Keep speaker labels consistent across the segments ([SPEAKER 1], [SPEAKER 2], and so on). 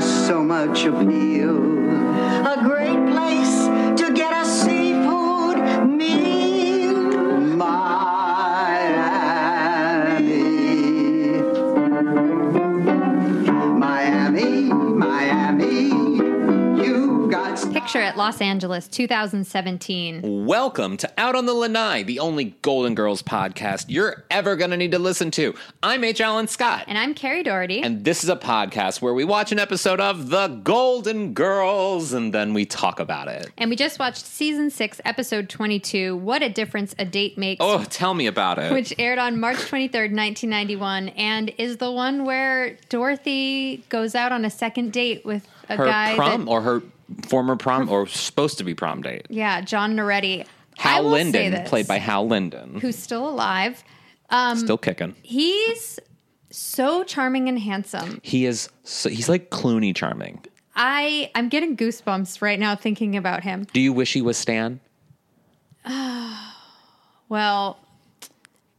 [SPEAKER 1] so much appeal.
[SPEAKER 2] A great place to get a seafood meal.
[SPEAKER 1] Miami. Miami, Miami, you got
[SPEAKER 3] Picture at Los Angeles 2017.
[SPEAKER 4] Welcome to Out on the Lanai, the only Golden Girls podcast you're ever going to need to listen to. I'm H. Allen Scott,
[SPEAKER 3] And I'm Carrie Doherty.
[SPEAKER 4] and this is a podcast where we watch an episode of The Golden Girls and then we talk about it.
[SPEAKER 3] And we just watched season six, episode 22, What a Difference a Date Makes,
[SPEAKER 4] Oh, tell me about it.
[SPEAKER 3] which aired on March 23rd, 1991, and is the one where Dorothy goes out on a second date with a guy. that-
[SPEAKER 4] her prom or her former prom or supposed to be prom date.
[SPEAKER 3] yeah, John Noretti. I
[SPEAKER 4] Hal
[SPEAKER 3] will say
[SPEAKER 4] Linden,
[SPEAKER 3] this, Um,
[SPEAKER 4] played by Hal Linden,
[SPEAKER 3] Who's still alive.
[SPEAKER 4] still kicking.
[SPEAKER 3] He's so charming and handsome.
[SPEAKER 4] He is so, he's like Clooney charming.
[SPEAKER 3] I, I'm getting goosebumps right now thinking about him.
[SPEAKER 4] Do you wish he was Stan?
[SPEAKER 3] Well,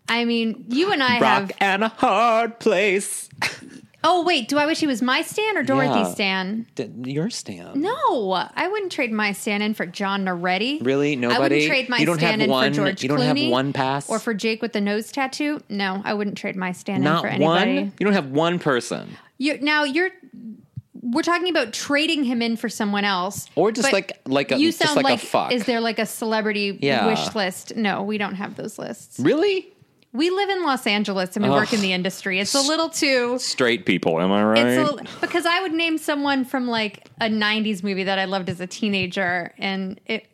[SPEAKER 3] I mean, you and I have.
[SPEAKER 4] Rock and a hard place.
[SPEAKER 3] Oh wait, do I wish he was my Stan or Dorothy's
[SPEAKER 4] Yeah.
[SPEAKER 3] Stan?
[SPEAKER 4] D- Your Stan.
[SPEAKER 3] No, I wouldn't trade my Stan in for John Noretti.
[SPEAKER 4] Really?
[SPEAKER 3] I
[SPEAKER 4] Nobody?
[SPEAKER 3] wouldn't trade my
[SPEAKER 4] You don't have
[SPEAKER 3] Stan in
[SPEAKER 4] one-
[SPEAKER 3] for George
[SPEAKER 4] you don't have
[SPEAKER 3] Clooney
[SPEAKER 4] one pass?
[SPEAKER 3] or for Jake with the nose tattoo. No, I wouldn't trade my Stan in
[SPEAKER 4] Not
[SPEAKER 3] for
[SPEAKER 4] one.
[SPEAKER 3] anybody.
[SPEAKER 4] You don't have one person,
[SPEAKER 3] You, now you're. We're talking about trading him in for someone else,
[SPEAKER 4] or just
[SPEAKER 3] but
[SPEAKER 4] like like a
[SPEAKER 3] you
[SPEAKER 4] just
[SPEAKER 3] sound
[SPEAKER 4] like,
[SPEAKER 3] like,
[SPEAKER 4] a fuck.
[SPEAKER 3] is there like a celebrity
[SPEAKER 4] Yeah.
[SPEAKER 3] wish list? No, we don't have those lists.
[SPEAKER 4] really
[SPEAKER 3] We live in Los Angeles and we work
[SPEAKER 4] Ugh.
[SPEAKER 3] in the industry. It's a little too
[SPEAKER 4] straight people? Am I right?
[SPEAKER 3] It's a, because I would name someone from like a '90s movie that I loved as a teenager, and it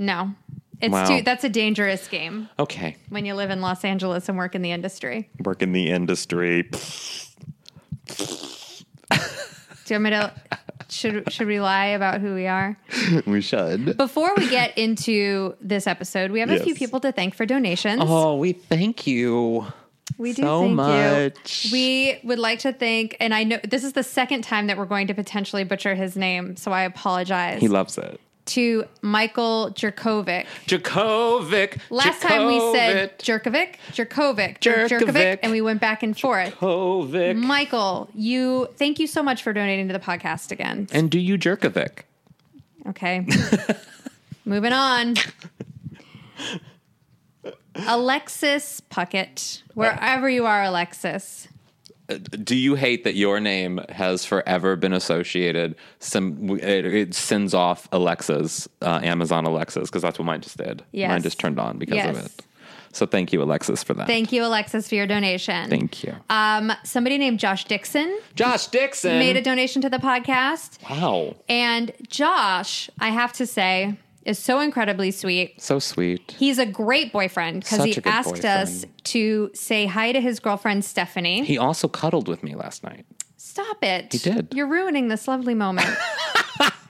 [SPEAKER 3] no, it's
[SPEAKER 4] Wow.
[SPEAKER 3] too. That's a dangerous game
[SPEAKER 4] okay,
[SPEAKER 3] when you live in Los Angeles and work in the industry.
[SPEAKER 4] work in the industry.
[SPEAKER 3] Do you want me to? Should should we lie about who we are?
[SPEAKER 4] we should.
[SPEAKER 3] Before we get into this episode, we have a few
[SPEAKER 4] Yes.
[SPEAKER 3] people to thank for donations.
[SPEAKER 4] Oh, we thank you.
[SPEAKER 3] we do
[SPEAKER 4] so
[SPEAKER 3] thank
[SPEAKER 4] much.
[SPEAKER 3] you. We would like to thank, and I know this is the second time that we're going to potentially butcher his name, so I apologize.
[SPEAKER 4] He loves it.
[SPEAKER 3] to Michael Jerkovic.
[SPEAKER 4] Djokovic.
[SPEAKER 3] Last time we said Jerkovic, Jerkovic, Jer-
[SPEAKER 4] Jerkovic.
[SPEAKER 3] Jerkovic, and we went back and forth.
[SPEAKER 4] Djokovic.
[SPEAKER 3] Michael, you thank you so much for donating to the podcast again.
[SPEAKER 4] And do you Jerkovic?
[SPEAKER 3] Okay. Moving on. Alexis Puckett, wherever you are, Alexis.
[SPEAKER 4] Do you hate that your name has forever been associated? Some it, it sends off Alexa's uh, Amazon Alexa's because that's what mine just did.
[SPEAKER 3] Yes.
[SPEAKER 4] Mine just turned on because of
[SPEAKER 3] Yes.
[SPEAKER 4] it. So thank you, Alexis, for that.
[SPEAKER 3] Thank you, Alexis, for your donation.
[SPEAKER 4] Thank you.
[SPEAKER 3] Um, somebody named Josh Dixon
[SPEAKER 4] Josh Dixon
[SPEAKER 3] made a donation to the podcast.
[SPEAKER 4] wow,
[SPEAKER 3] And Josh, I have to say, is so incredibly sweet.
[SPEAKER 4] so sweet.
[SPEAKER 3] He's a great boyfriend because
[SPEAKER 4] Such
[SPEAKER 3] he
[SPEAKER 4] a good
[SPEAKER 3] asked us
[SPEAKER 4] boyfriend.
[SPEAKER 3] to say hi to his girlfriend Stephanie.
[SPEAKER 4] He also cuddled with me last night.
[SPEAKER 3] Stop it. He
[SPEAKER 4] did.
[SPEAKER 3] You're ruining this lovely moment.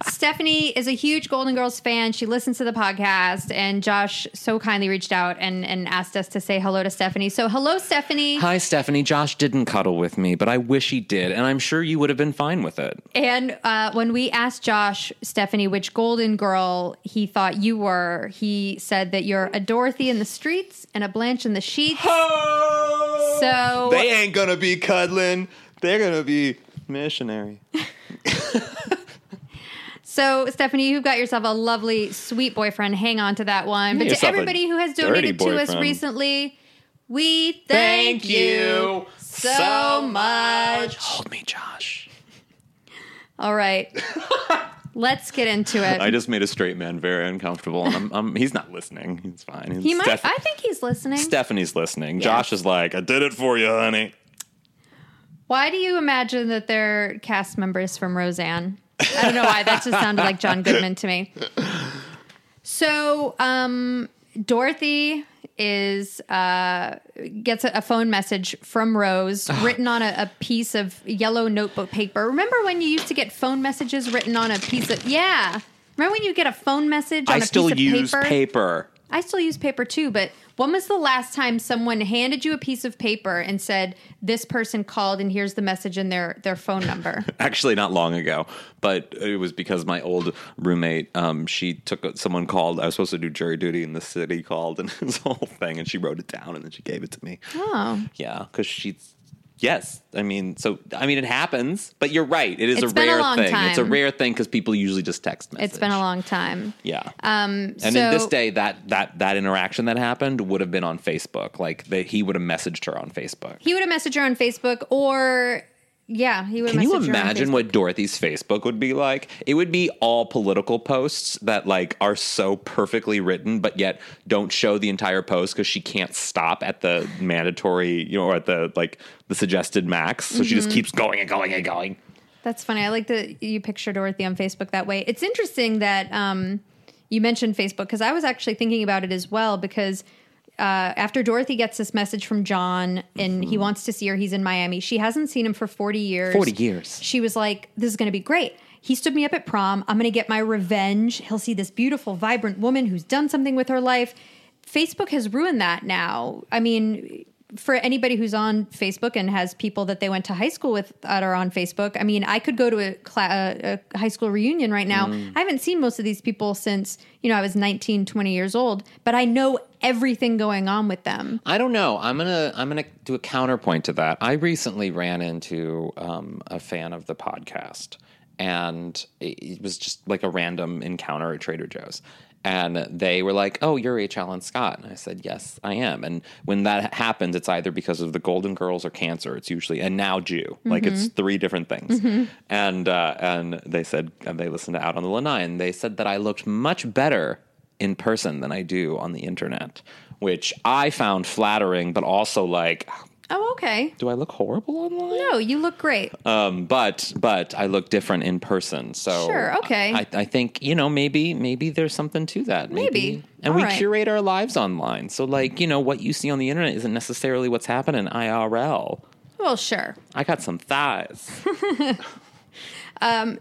[SPEAKER 3] Stephanie is a huge Golden Girls fan. She listens to the podcast, and Josh so kindly reached out and, and asked us to say hello to Stephanie. So, hello, Stephanie.
[SPEAKER 4] Hi, Stephanie. Josh didn't cuddle with me, but I wish he did, and I'm sure you would have been fine with it.
[SPEAKER 3] And uh, when we asked Josh, Stephanie, which Golden Girl he thought you were, he said that you're a Dorothy in the streets and a Blanche in the sheets.
[SPEAKER 4] Oh,
[SPEAKER 3] So-
[SPEAKER 4] they ain't gonna be cuddling. They're gonna be missionary.
[SPEAKER 3] So, Stephanie, you got yourself a lovely, sweet boyfriend. Hang on to that one. But to
[SPEAKER 4] yourself a
[SPEAKER 3] everybody who has donated
[SPEAKER 4] dirty
[SPEAKER 3] to us
[SPEAKER 4] boyfriend.
[SPEAKER 3] recently, we thank, you so much.
[SPEAKER 4] Hold me, Josh.
[SPEAKER 3] All right. Let's get into it.
[SPEAKER 4] I just made a straight man very uncomfortable, and I'm, I'm, he's not listening. He's fine.
[SPEAKER 3] he might.
[SPEAKER 4] Steph-
[SPEAKER 3] I think he's listening.
[SPEAKER 4] Stephanie's listening. Josh is like, I did it for you, honey.
[SPEAKER 3] Why do you imagine that they're cast members from Roseanne? I don't know why. That just sounded like John Goodman to me. So, um, Dorothy is uh, gets a, a phone message from Rose written on a, a piece of yellow notebook paper. Remember when you used to get phone messages written on a piece of yeah. Remember when you get a phone message on
[SPEAKER 4] I
[SPEAKER 3] a
[SPEAKER 4] still
[SPEAKER 3] piece of
[SPEAKER 4] use
[SPEAKER 3] paper?
[SPEAKER 4] paper.
[SPEAKER 3] I still use paper too, but when was the last time someone handed you a piece of paper and said, "This person called and here's the message and their their phone number"?
[SPEAKER 4] Actually, not long ago, but it was because my old roommate, um, she took someone called. I was supposed to do jury duty in the city, called, and this whole thing, and she wrote it down, and then she gave it to me.
[SPEAKER 3] oh,
[SPEAKER 4] Yeah, because she Yes, I mean, so I mean, it happens, but you're right. It is
[SPEAKER 3] It's
[SPEAKER 4] a
[SPEAKER 3] been a
[SPEAKER 4] rare
[SPEAKER 3] long
[SPEAKER 4] thing. It's a
[SPEAKER 3] time.
[SPEAKER 4] rare thing because people usually just text message.
[SPEAKER 3] It's been a long time.
[SPEAKER 4] yeah.
[SPEAKER 3] Um,
[SPEAKER 4] and
[SPEAKER 3] so
[SPEAKER 4] in this day, that that that interaction that happened would have been on Facebook. Like that, he would have messaged her on Facebook.
[SPEAKER 3] he would have messaged her on Facebook or yeah, he would.
[SPEAKER 4] Can
[SPEAKER 3] have
[SPEAKER 4] you
[SPEAKER 3] messaged her on
[SPEAKER 4] imagine
[SPEAKER 3] Facebook.
[SPEAKER 4] what Dorothy's Facebook would be like? It would be all political posts that like are so perfectly written, but yet don't show the entire post because she can't stop at the mandatory, you know, or at the like the suggested max. So she just keeps going and going and going.
[SPEAKER 3] That's funny. I like that you picture Dorothy on Facebook that way. It's interesting that um, you mentioned Facebook because I was actually thinking about it as well. Because uh, after Dorothy gets this message from John and he wants to see her, he's in Miami. She hasn't seen him for 40 years.
[SPEAKER 4] 40 years.
[SPEAKER 3] She was like, This is going to be great. He stood me up at prom. I'm going to get my revenge. He'll see this beautiful, vibrant woman who's done something with her life. Facebook has ruined that now. I mean, for anybody who's on Facebook and has people that they went to high school with that are on Facebook, I mean, I could go to a, cla- uh, a, a high school reunion right now. I haven't seen most of these people since, you know, I was 19, 20 years old, but I know everything going on with them.
[SPEAKER 4] I don't know. I'm gonna I'm gonna do a counterpoint to that. I recently ran into um, a fan of the podcast, and it it was just like a random encounter at Trader Joe's. And they were like, "Oh, you're H. Allen Scott," and I said, "Yes, I am." And when that happens, it's either because of the Golden Girls or cancer. It's usually and now Jew, like it's three different things. And uh, and they said and they listened to Out on the Lanai, and they said that I looked much better in person than I do on the internet, which I found flattering, but also like,
[SPEAKER 3] Oh, okay.
[SPEAKER 4] do I look horrible online?
[SPEAKER 3] No, you look great.
[SPEAKER 4] Um, but but I look different in person. So
[SPEAKER 3] Sure, okay.
[SPEAKER 4] I, I think you know maybe maybe there's something to that.
[SPEAKER 3] Maybe.
[SPEAKER 4] And
[SPEAKER 3] All
[SPEAKER 4] we
[SPEAKER 3] right.
[SPEAKER 4] curate our lives online, so like you know what you see on the internet isn't necessarily what's happening IRL.
[SPEAKER 3] well, sure.
[SPEAKER 4] I got some thighs.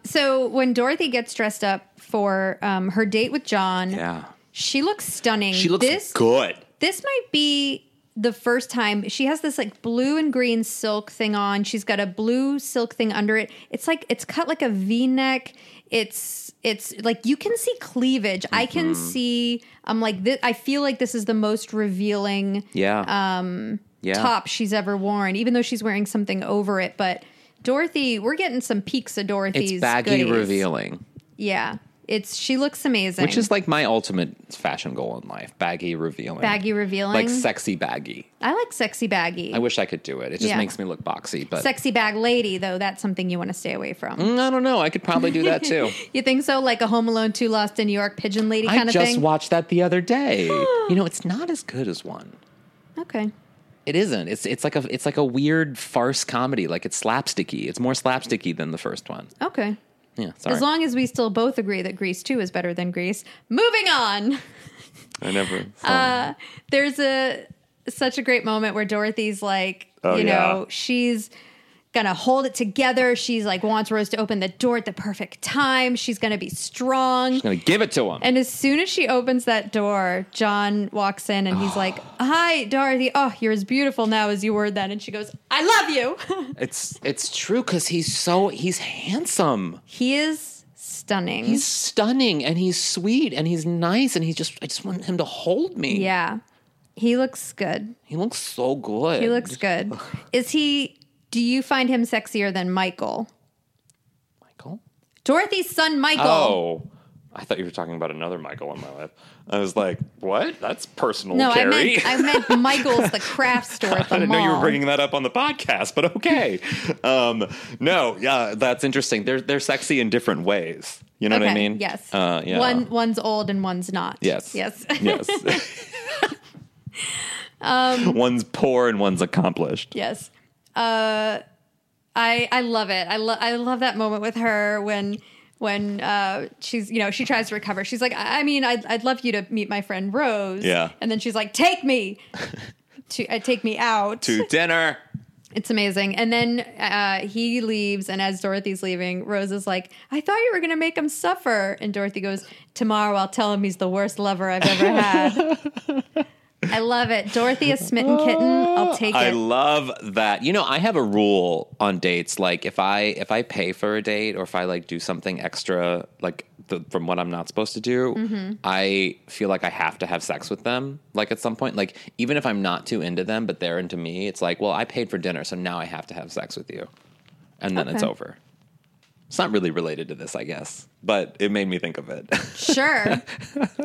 [SPEAKER 3] So when Dorothy gets dressed up for um, her date with John,
[SPEAKER 4] Yeah.
[SPEAKER 3] she looks stunning.
[SPEAKER 4] She looks
[SPEAKER 3] this,
[SPEAKER 4] good.
[SPEAKER 3] This might be the first time she has this like blue and green silk thing on. She's got a blue silk thing under it. It's like it's cut like a V neck. It's it's like you can see cleavage. I can
[SPEAKER 4] Mm-hmm.
[SPEAKER 3] see. I'm like this. I feel like this is the most revealing
[SPEAKER 4] Yeah. Um. Yeah.
[SPEAKER 3] top she's ever worn, even though she's wearing something over it. But Dorothy, we're getting some peaks of Dorothy's.
[SPEAKER 4] It's baggy
[SPEAKER 3] goodies.
[SPEAKER 4] revealing.
[SPEAKER 3] Yeah. It's she looks amazing.
[SPEAKER 4] Which is like my ultimate fashion goal in life: baggy revealing.
[SPEAKER 3] baggy revealing.
[SPEAKER 4] like sexy baggy.
[SPEAKER 3] I like sexy baggy.
[SPEAKER 4] I wish I could do it. It just
[SPEAKER 3] Yeah.
[SPEAKER 4] makes me look boxy, but
[SPEAKER 3] sexy bag lady though, that's something you want to stay away from.
[SPEAKER 4] Mm, I don't know. I could probably do that too.
[SPEAKER 3] You think so? Like a Home Alone 2 Lost in New York pigeon lady
[SPEAKER 4] I
[SPEAKER 3] kind of
[SPEAKER 4] just
[SPEAKER 3] thing?
[SPEAKER 4] watched that the other day. you know, it's not as good as one.
[SPEAKER 3] okay.
[SPEAKER 4] It isn't. It's it's like a it's like a weird farce comedy. Like it's slapsticky. It's more slapsticky than the first one.
[SPEAKER 3] Okay.
[SPEAKER 4] Yeah, sorry.
[SPEAKER 3] As long as we still both agree that Grease 2 is better than Grease. Moving on.
[SPEAKER 4] I
[SPEAKER 3] uh,
[SPEAKER 4] never.
[SPEAKER 3] there's a such a great moment where Dorothy's like,
[SPEAKER 4] Oh,
[SPEAKER 3] you
[SPEAKER 4] yeah.
[SPEAKER 3] know, she's gonna hold it together. She's like wants Rose to open the door at the perfect time. She's gonna be strong.
[SPEAKER 4] gonna give it to him.
[SPEAKER 3] And as soon as she opens that door, John walks in and he's like, "Hi, Dorothy. Oh, you're as beautiful now as you were then." And she goes, "I love you."
[SPEAKER 4] it's it's true because he's so he's handsome.
[SPEAKER 3] he is stunning.
[SPEAKER 4] He's stunning and he's sweet and he's nice and he's just I just want him to hold me.
[SPEAKER 3] yeah, he looks good.
[SPEAKER 4] he looks so good.
[SPEAKER 3] He looks good. Is he? Do you find him sexier than Michael?
[SPEAKER 4] Michael.
[SPEAKER 3] Dorothy's son, Michael.
[SPEAKER 4] Oh, I thought you were talking about another Michael in my life. I was like, what? That's personal,
[SPEAKER 3] No,
[SPEAKER 4] Carrie.
[SPEAKER 3] I meant I meant Michael's the craft store at the
[SPEAKER 4] I didn't
[SPEAKER 3] mall.
[SPEAKER 4] know you were bringing that up on the podcast, but okay. um, no, yeah, that's interesting. They're they're sexy in different ways. You know
[SPEAKER 3] okay.
[SPEAKER 4] what I mean?
[SPEAKER 3] Yes.
[SPEAKER 4] Uh, yeah.
[SPEAKER 3] One one's old and one's not.
[SPEAKER 4] Yes.
[SPEAKER 3] Yes.
[SPEAKER 4] yes. one's poor and one's accomplished.
[SPEAKER 3] yes. Uh, I I love it. I love I love that moment with her when when uh, she's you know she tries to recover. She's like, I, I mean, I'd I'd love you to meet my friend Rose.
[SPEAKER 4] Yeah.
[SPEAKER 3] And then she's like, take me. To, uh, take me out.
[SPEAKER 4] To dinner.
[SPEAKER 3] It's amazing. And then uh, he leaves, and as Dorothy's leaving, Rose is like, I thought you were going to make him suffer. And Dorothy goes, Tomorrow I'll tell him he's the worst lover I've ever had. I love it. Dorothy, a smitten kitten. I'll take
[SPEAKER 4] I
[SPEAKER 3] it.
[SPEAKER 4] love that. You know, I have a rule on dates. Like if I if I pay for a date or if I like do something extra like the, from what I'm not supposed to do,
[SPEAKER 3] Mm-hmm.
[SPEAKER 4] I feel like I have to have sex with them. Like at some point, like even if I'm not too into them, but they're into me, it's like, well, I paid for dinner, so now I have to have sex with you, and then it's
[SPEAKER 3] Okay.
[SPEAKER 4] over. It's not really related to this, I guess, but it made me think of it.
[SPEAKER 3] sure.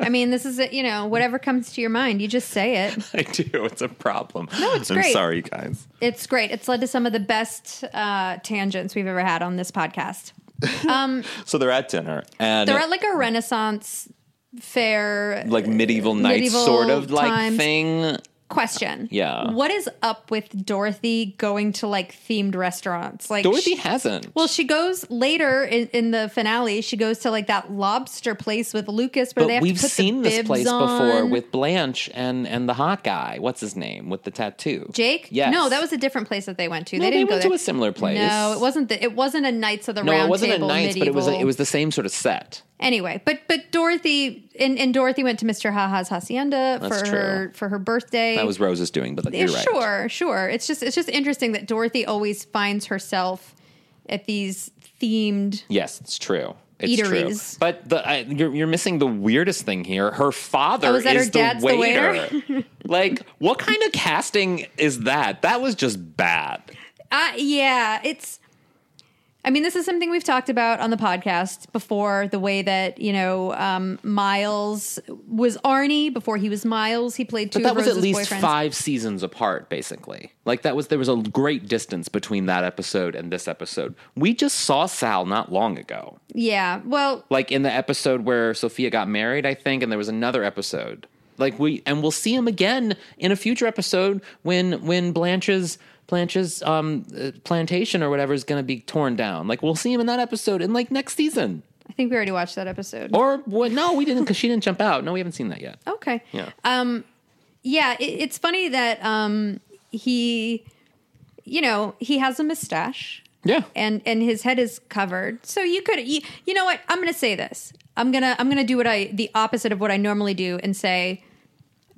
[SPEAKER 3] I mean, this is it. You know, whatever comes to your mind, you just say it.
[SPEAKER 4] I do. It's a problem. No,
[SPEAKER 3] it's
[SPEAKER 4] I'm
[SPEAKER 3] great.
[SPEAKER 4] sorry, guys.
[SPEAKER 3] It's great. It's led to some of the best uh, tangents we've ever had on this podcast.
[SPEAKER 4] So they're at dinner, and
[SPEAKER 3] They're at like a Renaissance fair
[SPEAKER 4] like medieval knights
[SPEAKER 3] medieval
[SPEAKER 4] sort of like
[SPEAKER 3] times.
[SPEAKER 4] thing.
[SPEAKER 3] question.
[SPEAKER 4] uh, Yeah.
[SPEAKER 3] What is up with Dorothy going to like themed restaurants? Like
[SPEAKER 4] Dorothy
[SPEAKER 3] she-
[SPEAKER 4] hasn't.
[SPEAKER 3] well, she goes later in, in the finale. She goes to like that lobster place with Lucas, where
[SPEAKER 4] but
[SPEAKER 3] they have
[SPEAKER 4] we've
[SPEAKER 3] to put
[SPEAKER 4] seen
[SPEAKER 3] the
[SPEAKER 4] this
[SPEAKER 3] bibs
[SPEAKER 4] place
[SPEAKER 3] on.
[SPEAKER 4] before with Blanche and and the hot guy. What's his name with the tattoo?
[SPEAKER 3] Jake.
[SPEAKER 4] Yes.
[SPEAKER 3] No, that was a different place that they went to.
[SPEAKER 4] No,
[SPEAKER 3] they
[SPEAKER 4] they
[SPEAKER 3] didn't go
[SPEAKER 4] went to
[SPEAKER 3] there.
[SPEAKER 4] a similar place.
[SPEAKER 3] No, it wasn't. The, it wasn't a Knights of the
[SPEAKER 4] No,
[SPEAKER 3] Round
[SPEAKER 4] it wasn't
[SPEAKER 3] Table.
[SPEAKER 4] a knights, but it was a,
[SPEAKER 3] medieval.
[SPEAKER 4] it was the same sort of set.
[SPEAKER 3] Anyway, but but Dorothy and, and Dorothy went to Mr. Haha's hacienda
[SPEAKER 4] That's
[SPEAKER 3] for
[SPEAKER 4] true.
[SPEAKER 3] her for her birthday.
[SPEAKER 4] That was Rose's doing, but like,
[SPEAKER 3] Yeah,
[SPEAKER 4] you're right.
[SPEAKER 3] sure, sure. It's just it's just interesting that Dorothy always finds herself at these themed.
[SPEAKER 4] Yes, it's true. It's
[SPEAKER 3] Eateries.
[SPEAKER 4] true. But the, I, you're, you're missing the weirdest thing here. Her father
[SPEAKER 3] Oh, is that
[SPEAKER 4] is
[SPEAKER 3] her
[SPEAKER 4] the
[SPEAKER 3] dad's the
[SPEAKER 4] waiter.
[SPEAKER 3] waiter?
[SPEAKER 4] like, what kind of casting is that? That was just bad.
[SPEAKER 3] Uh, yeah, it's. I mean, this is something we've talked about on the podcast before. The way that you know um, Miles was Arnie before he was Miles. He played two.
[SPEAKER 4] But that
[SPEAKER 3] of
[SPEAKER 4] was
[SPEAKER 3] Rose's
[SPEAKER 4] at least
[SPEAKER 3] boyfriends.
[SPEAKER 4] five seasons apart, basically. Like that was there was a great distance between that episode and this episode. We just saw Sal not long ago.
[SPEAKER 3] Yeah. Well,
[SPEAKER 4] Like in the episode where Sophia got married, I think, and there was another episode. Like we and we'll see him again in a future episode when when Blanche's Blanche's um uh, plantation or whatever is going to be torn down. Like we'll see him in that episode in like next season.
[SPEAKER 3] I think we already watched that episode.
[SPEAKER 4] Or what? No, we didn't because she didn't jump out. No, we haven't seen that yet.
[SPEAKER 3] Okay.
[SPEAKER 4] Yeah.
[SPEAKER 3] Um, Yeah, it, it's funny that um he you know, he has a mustache
[SPEAKER 4] yeah.
[SPEAKER 3] and and his head is covered. So you could you, you know what? I'm going to say this. I'm going to I'm going to do what I the opposite of what I normally do and say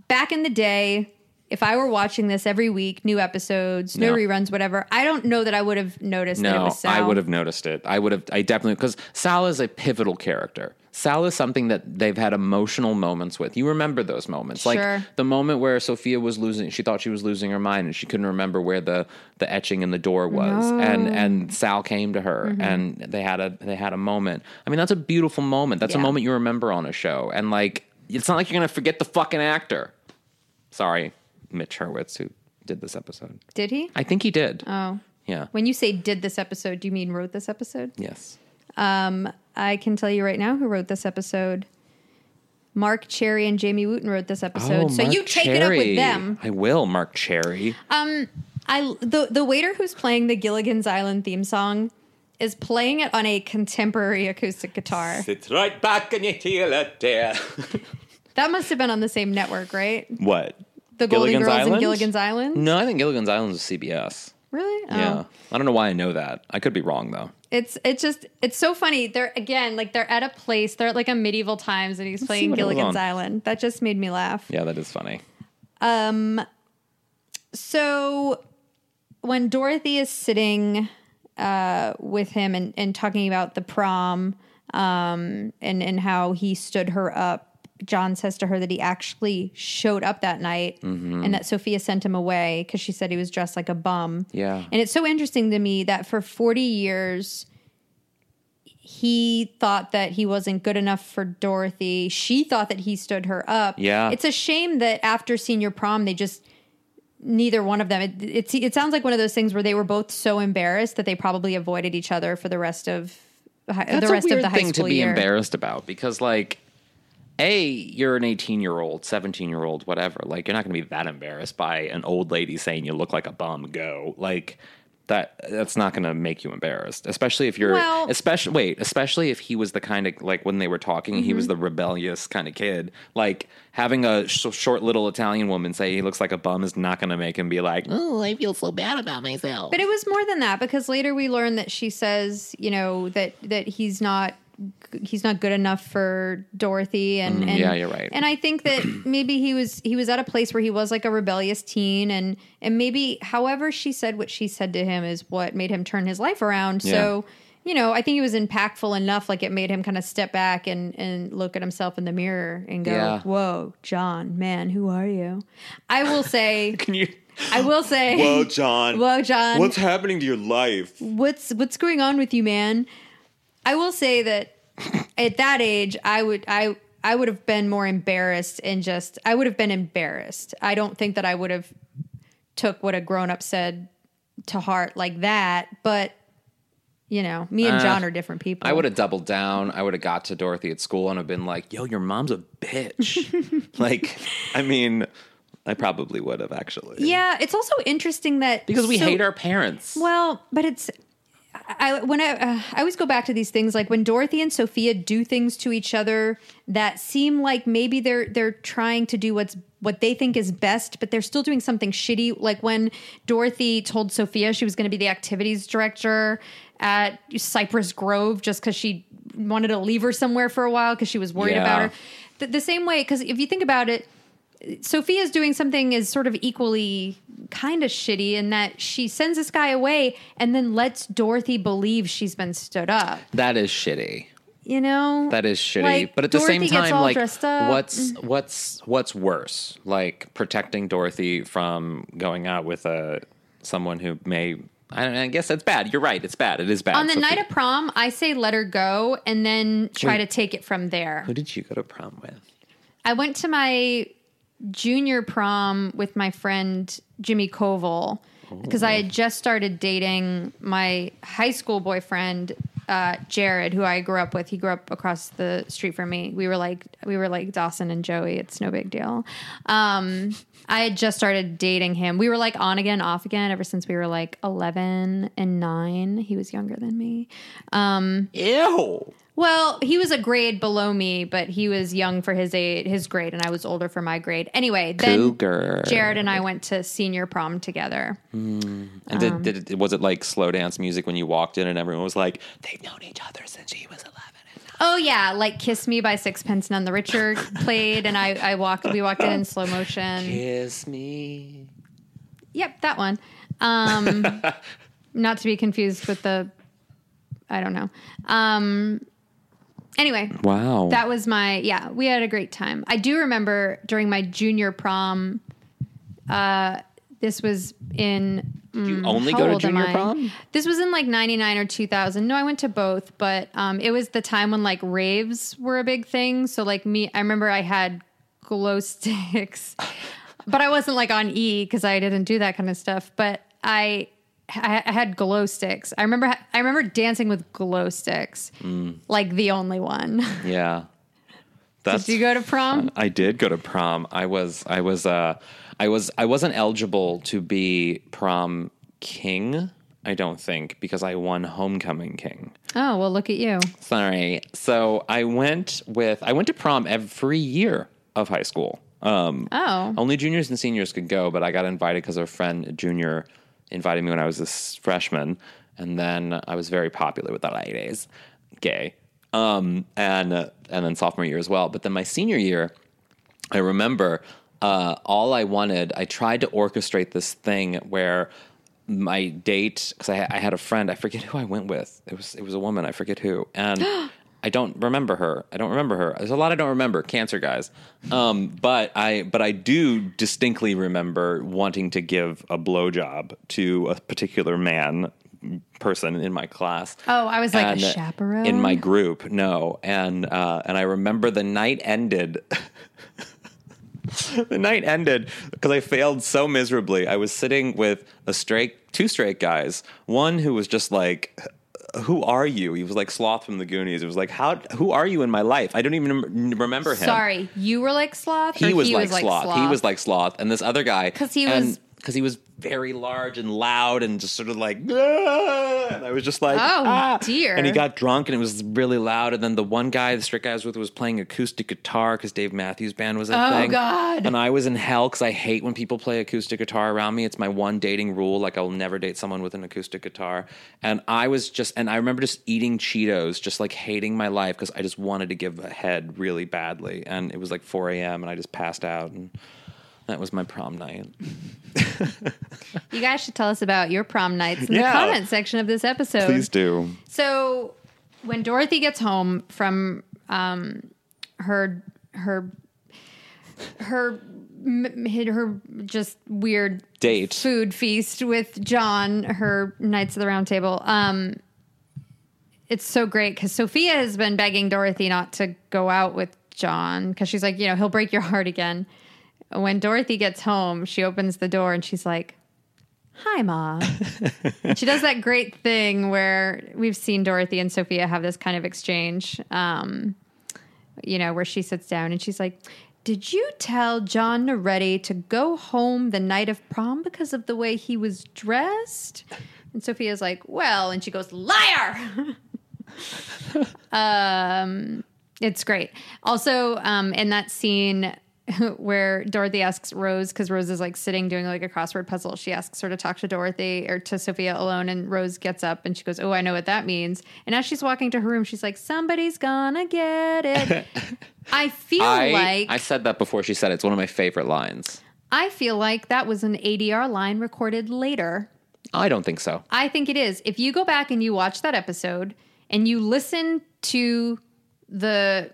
[SPEAKER 3] back in the day if I were watching this every week, new episodes, no,
[SPEAKER 4] No.
[SPEAKER 3] reruns, whatever, I don't know that I would have noticed that it
[SPEAKER 4] No,
[SPEAKER 3] was Sal.
[SPEAKER 4] I would have noticed it. I would have. I definitely because Sal is a pivotal character. Sal is something that they've had emotional moments with. You remember those moments,
[SPEAKER 3] Sure.
[SPEAKER 4] like the moment where Sophia was losing. She thought she was losing her mind, and she couldn't remember where the the etching in the door was.
[SPEAKER 3] Oh.
[SPEAKER 4] And and Sal came to her,
[SPEAKER 3] Mm-hmm.
[SPEAKER 4] and they had a they had a moment. I mean, that's a beautiful moment. That's
[SPEAKER 3] Yeah.
[SPEAKER 4] a moment you remember on a show, and like it's not like you're gonna forget the fucking actor. Sorry, Mitch Hurwitz, who did this episode.
[SPEAKER 3] Did he?
[SPEAKER 4] I think he did.
[SPEAKER 3] Oh.
[SPEAKER 4] yeah.
[SPEAKER 3] When you say did this episode, do you mean wrote this episode?
[SPEAKER 4] yes.
[SPEAKER 3] I can tell you right now who wrote this episode. Mark Cherry and Jamie Wooten wrote this episode. so
[SPEAKER 4] Oh, Mark
[SPEAKER 3] you take it up
[SPEAKER 4] Cherry.
[SPEAKER 3] with them.
[SPEAKER 4] I will, Mark Cherry.
[SPEAKER 3] I the the waiter who's playing the Gilligan's Island theme song is playing it on a contemporary acoustic guitar.
[SPEAKER 4] Sit right back and you feel it, dear.
[SPEAKER 3] That must have been on the same network, right?
[SPEAKER 4] What?
[SPEAKER 3] The Golden Girls and Gilligan's Island?
[SPEAKER 4] No, I think Gilligan's Island was CBS.
[SPEAKER 3] Really? Oh.
[SPEAKER 4] Yeah. I don't know why I know that. I could be wrong, though.
[SPEAKER 3] It's it's just it's so funny. They're again like they're at a place, they're at like a medieval times and he's playing
[SPEAKER 4] what it was
[SPEAKER 3] Gilligan's
[SPEAKER 4] on.
[SPEAKER 3] Island. That just made me laugh.
[SPEAKER 4] Yeah, that is funny.
[SPEAKER 3] so when Dorothy is sitting uh, with him and, and talking about the prom um, and, and how he stood her up, John says to her that he actually showed up that night
[SPEAKER 4] Mm-hmm.
[SPEAKER 3] and that Sophia sent him away because she said he was dressed like a bum.
[SPEAKER 4] Yeah.
[SPEAKER 3] And it's so interesting to me that for 40 years, he thought that he wasn't good enough for Dorothy. She thought that he stood her up.
[SPEAKER 4] Yeah.
[SPEAKER 3] It's a shame that after senior prom, they just neither one of them. It, it, it sounds like one of those things where they were both so embarrassed that they probably avoided each other for the rest of hi-
[SPEAKER 4] That's
[SPEAKER 3] the rest
[SPEAKER 4] a weird
[SPEAKER 3] of the high
[SPEAKER 4] thing
[SPEAKER 3] school
[SPEAKER 4] to be
[SPEAKER 3] year.
[SPEAKER 4] embarrassed about because, like, a you're an 18 year old, 17 year old, whatever. Like, you're not going to be that embarrassed by an old lady saying you look like a bum. Go like that. That's not going to make you embarrassed, especially if you're
[SPEAKER 3] Well-
[SPEAKER 4] especially wait, especially if he was the kind of like when they were talking, he
[SPEAKER 3] Mm-hmm.
[SPEAKER 4] was the rebellious kind of kid. Like having a sh- short little Italian woman say he looks like a bum is not going to make him be like, oh, I feel so bad about myself.
[SPEAKER 3] But it was more than that because later we learn that she says, you know, that that he's not g- he's not good enough for Dorothy and, and
[SPEAKER 4] Mm, yeah, you're right.
[SPEAKER 3] And I think that maybe he was he was at a place where he was like a rebellious teen and and maybe however she said what she said to him is what made him turn his life around. So you know, I think it was impactful enough. Like it made him kind of step back and, and look at himself in the mirror and go,
[SPEAKER 4] Yeah.
[SPEAKER 3] "Whoa, John, man, who are you?" I will say,
[SPEAKER 4] Can you?
[SPEAKER 3] I will say,
[SPEAKER 5] Whoa, John.
[SPEAKER 3] Whoa, John.
[SPEAKER 5] What's happening to your life?
[SPEAKER 3] what's what's going on with you, man? I will say that at that age, I would I I would have been more embarrassed and just I would have been embarrassed. I don't think that I would have took what a grown up said to heart like that, but you know, me and
[SPEAKER 4] Uh,
[SPEAKER 3] John are different people.
[SPEAKER 4] I would have doubled down. I would have got to Dorothy at school and have been like, "Yo, your mom's a bitch." like, I mean,
[SPEAKER 5] I probably would have actually.
[SPEAKER 3] Yeah, it's also interesting that
[SPEAKER 4] because we
[SPEAKER 3] so-
[SPEAKER 4] hate our parents.
[SPEAKER 3] Well, but it's I when I uh, I always go back to these things like when Dorothy and Sophia do things to each other that seem like maybe they're they're trying to do what's what they think is best, but they're still doing something shitty. Like when Dorothy told Sophia she was going to be the activities director at Cypress Grove just because she wanted to leave her somewhere for a while because she was worried
[SPEAKER 4] Yeah.
[SPEAKER 3] about her. The, the same way, because if you think about it, Sophia's doing something is sort of equally kind of shitty in that she sends this guy away and then lets Dorothy believe she's been stood up.
[SPEAKER 4] that is shitty.
[SPEAKER 3] You know?
[SPEAKER 4] That is shitty.
[SPEAKER 3] Like,
[SPEAKER 4] but at the
[SPEAKER 3] Dorothy
[SPEAKER 4] same
[SPEAKER 3] gets
[SPEAKER 4] time,
[SPEAKER 3] all
[SPEAKER 4] like
[SPEAKER 3] dressed up. Mm.
[SPEAKER 4] what's what's what's worse? Like protecting Dorothy from going out with a someone who may I, don't, I guess that's bad. You're right. It's bad. It is bad.
[SPEAKER 3] On the
[SPEAKER 4] Sophia.
[SPEAKER 3] night of prom, I say let her go and then try
[SPEAKER 4] Wait.
[SPEAKER 3] to take it from there.
[SPEAKER 4] who did you go to prom with?
[SPEAKER 3] I went to my junior prom with my friend Jimmy Koval because I had just started dating my high school boyfriend uh, Jared, who I grew up with. He grew up across the street from me. We were like we were like Dawson and Joey. It's no big deal. Um, I had just started dating him. We were like on again, off again ever since we were like eleven and nine. He was younger than me.
[SPEAKER 4] Ew.
[SPEAKER 3] Well, he was a grade below me, but he was young for his age, his grade, and I was older for my grade. Anyway, then
[SPEAKER 4] Cougar.
[SPEAKER 3] Jared and I went to senior prom together.
[SPEAKER 4] And
[SPEAKER 3] Um,
[SPEAKER 4] did, did it, was it like slow dance music when you walked in and everyone was like, they've known each other since she was 11.
[SPEAKER 3] Oh yeah, like "Kiss Me" by Sixpence None the Richer played, and I, I walked. We walked in in slow motion.
[SPEAKER 4] Kiss me.
[SPEAKER 3] Yep, that one. Um, not to be confused with the, I don't know. Um, anyway,
[SPEAKER 4] Wow.
[SPEAKER 3] That was my yeah. We had a great time. I do remember during my junior prom. Uh, this was in
[SPEAKER 4] you only
[SPEAKER 3] how
[SPEAKER 4] go to
[SPEAKER 3] old am
[SPEAKER 4] junior
[SPEAKER 3] I?
[SPEAKER 4] prom?
[SPEAKER 3] This was in like '99 or 2000. No, I went to both, but um, it was the time when like raves were a big thing. So like me, I remember I had glow sticks, but I wasn't like on E because I didn't do that kind of stuff. But I. I I had glow sticks. I remember. ha- I remember dancing with glow sticks,
[SPEAKER 4] Mm.
[SPEAKER 3] like the only one.
[SPEAKER 4] Yeah.
[SPEAKER 3] Did you go to prom?
[SPEAKER 4] I did go to prom. I was I was uh I was I wasn't eligible to be prom king, I don't think, because I won homecoming king.
[SPEAKER 3] Oh, well, look at you.
[SPEAKER 4] Sorry. So I went with I went to prom every year of high school. Um
[SPEAKER 3] Oh.
[SPEAKER 4] only juniors and seniors could go, but I got invited because a friend, a junior, invited me when I was a s- freshman, and then I was very popular with the ladies, gay, um, and uh, and then sophomore year as well. But then my senior year, I remember uh, all I wanted. I tried to orchestrate this thing where my date, because I, I had a friend. I forget who I went with. It was it was a woman. I forget who, and I don't remember her. I don't remember her. There's a lot I don't remember. Cancer guys, um, but I but I do distinctly remember wanting to give a blowjob to a particular man person in my class.
[SPEAKER 3] Oh, I was like, a
[SPEAKER 4] And uh,
[SPEAKER 3] chaperone?
[SPEAKER 4] in my group. No, and uh, and I remember the night ended. the night ended because I failed so miserably. I was sitting with a straight, two straight guys. One who was just like, "Who are you?" He was like Sloth from the Goonies. It was like, "How? Who are you in my life?" I don't even rem- remember him.
[SPEAKER 3] Sorry, you were like sloth.
[SPEAKER 4] he was like sloth. He was like sloth, and this other guy
[SPEAKER 3] 'Cause he was
[SPEAKER 4] and- because he was very large and loud and just sort of like, "Ah!" and I was just like,
[SPEAKER 3] Oh,
[SPEAKER 4] "Ah."
[SPEAKER 3] dear.
[SPEAKER 4] And he got drunk and it was really loud. And then the one guy, the strict guy I was with, was playing acoustic guitar because Dave Matthews Band was a
[SPEAKER 3] Oh,
[SPEAKER 4] thing.
[SPEAKER 3] God.
[SPEAKER 4] And I was in hell because I hate when people play acoustic guitar around me. It's my one dating rule. Like I'll never date someone with an acoustic guitar. And I was just, and I remember just eating Cheetos, just like hating my life because I just wanted to give a head really badly. And it was like 4 a.m. and I just passed out. And that was my prom night.
[SPEAKER 3] You guys should tell us about your prom nights in
[SPEAKER 4] Yeah.
[SPEAKER 3] the comment section of this episode.
[SPEAKER 4] do.
[SPEAKER 3] So when Dorothy gets home from um, her her her m- m- her just weird
[SPEAKER 4] Date.
[SPEAKER 3] food feast with John, her Knights of the Round Table. Um, it's so great because Sophia has been begging Dorothy not to go out with John because she's like, you know, he'll break your heart again. When Dorothy gets home, she opens the door and she's like, "Hi, Mom." she does that great thing where we've seen Dorothy and Sophia have this kind of exchange, um, you know, where she sits down and she's like, Did you tell John Noretti to go home the night of prom because of the way he was dressed? And Sophia's like, Well, and she goes, Liar! um, it's great. Also, um, in that scene, where Dorothy asks Rose, because Rose is like sitting doing like a crossword puzzle. She asks her to talk to Dorothy or to Sophia alone, and Rose gets up and she goes, "Oh, I know what that means." And as she's walking to her room, she's like, "Somebody's gonna get it." I feel
[SPEAKER 4] I,
[SPEAKER 3] like
[SPEAKER 4] I said that before she said it. It's one of my favorite lines.
[SPEAKER 3] I feel like that was an ADR line recorded later.
[SPEAKER 4] I don't think so.
[SPEAKER 3] I think it is. If you go back and you watch that episode and you listen to the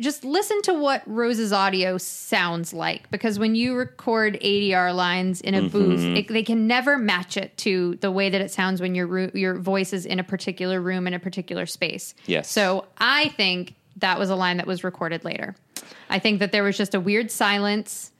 [SPEAKER 3] just listen to what Rose's audio sounds like because when you record ADR lines in a booth,
[SPEAKER 4] Mm-hmm.
[SPEAKER 3] it, they can never match it to the way that it sounds when your roo- your voice is in a particular room in a particular space.
[SPEAKER 4] Yes.
[SPEAKER 3] So I think that was a line that was recorded later. I think that there was just a weird silence,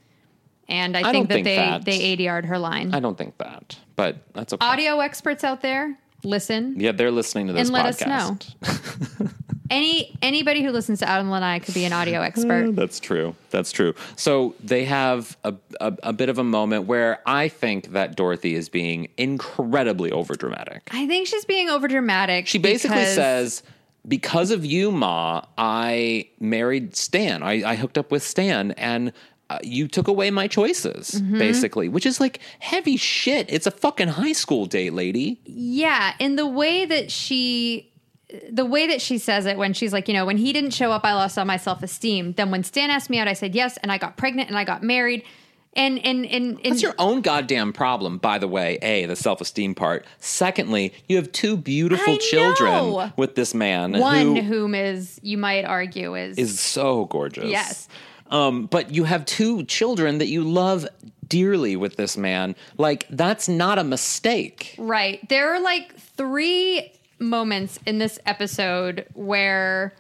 [SPEAKER 3] and I,
[SPEAKER 4] don't
[SPEAKER 3] think that
[SPEAKER 4] think
[SPEAKER 3] they
[SPEAKER 4] that.
[SPEAKER 3] they ADR'd her line
[SPEAKER 4] I don't think that, but that's okay.
[SPEAKER 3] audio experts out there listen
[SPEAKER 4] Yeah, they're listening to this
[SPEAKER 3] And let us
[SPEAKER 4] podcast.
[SPEAKER 3] any anybody who listens to adam and i could be an audio expert
[SPEAKER 4] That's true. That's true. So they have a, a a bit of a moment where I think that Dorothy is being incredibly overdramatic.
[SPEAKER 3] i think she's being overdramatic
[SPEAKER 4] She basically says, "Because of you, Ma, I married Stan. I, I hooked up with Stan, and uh, you took away my choices."
[SPEAKER 3] Mm-hmm.
[SPEAKER 4] Basically, which is like heavy shit. It's a fucking high school date, lady.
[SPEAKER 3] yeah in the way that she the way that she says it when she's like you know when he didn't show up i lost all my self-esteem then when stan asked me out i said yes and i got pregnant and i got married and and and, and
[SPEAKER 4] That's your own goddamn problem, by the way. A, the self esteem part. Secondly, you have two beautiful
[SPEAKER 3] I
[SPEAKER 4] children
[SPEAKER 3] know.
[SPEAKER 4] with this man.
[SPEAKER 3] one
[SPEAKER 4] who
[SPEAKER 3] whom is you might argue is
[SPEAKER 4] is so gorgeous.
[SPEAKER 3] Yes.
[SPEAKER 4] Um, but you have two children that you love dearly with this man. Like, that's not a mistake.
[SPEAKER 3] Right. There are like three moments in this episode where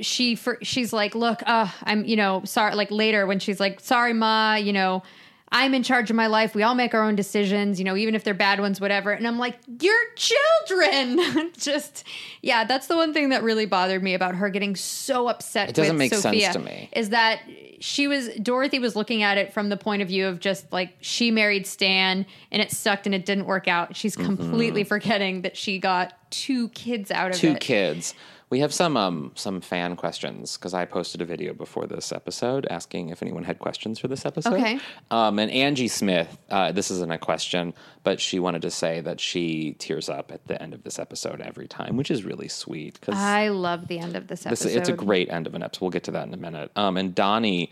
[SPEAKER 3] she for, she's like, "Look, uh, I'm, you know, sorry like later when she's like, "Sorry, ma, you know, I'm in charge of my life. We all make our own decisions, you know, even if they're bad ones, whatever." And I'm like, "Your children." Just yeah, that's the one thing that really bothered me about her getting so upset. It
[SPEAKER 4] doesn't make sense to me.
[SPEAKER 3] Is that she was Dorothy was looking at it from the point of view of just like she married Stan and it sucked and it didn't work out. She's
[SPEAKER 4] Mm-hmm.
[SPEAKER 3] completely forgetting that she got two kids out of
[SPEAKER 4] Two
[SPEAKER 3] it.
[SPEAKER 4] kids. We have some um, some fan questions because I posted a video before this episode asking if anyone had questions for this episode.
[SPEAKER 3] Okay.
[SPEAKER 4] Um, and Angie Smith, uh, this isn't a question, but she wanted to say that she tears up at the end of this episode every time, which is really sweet because
[SPEAKER 3] I love the end of this
[SPEAKER 4] This,
[SPEAKER 3] episode.
[SPEAKER 4] it's a great end of an episode. We'll get to that in a minute. Um, and Donnie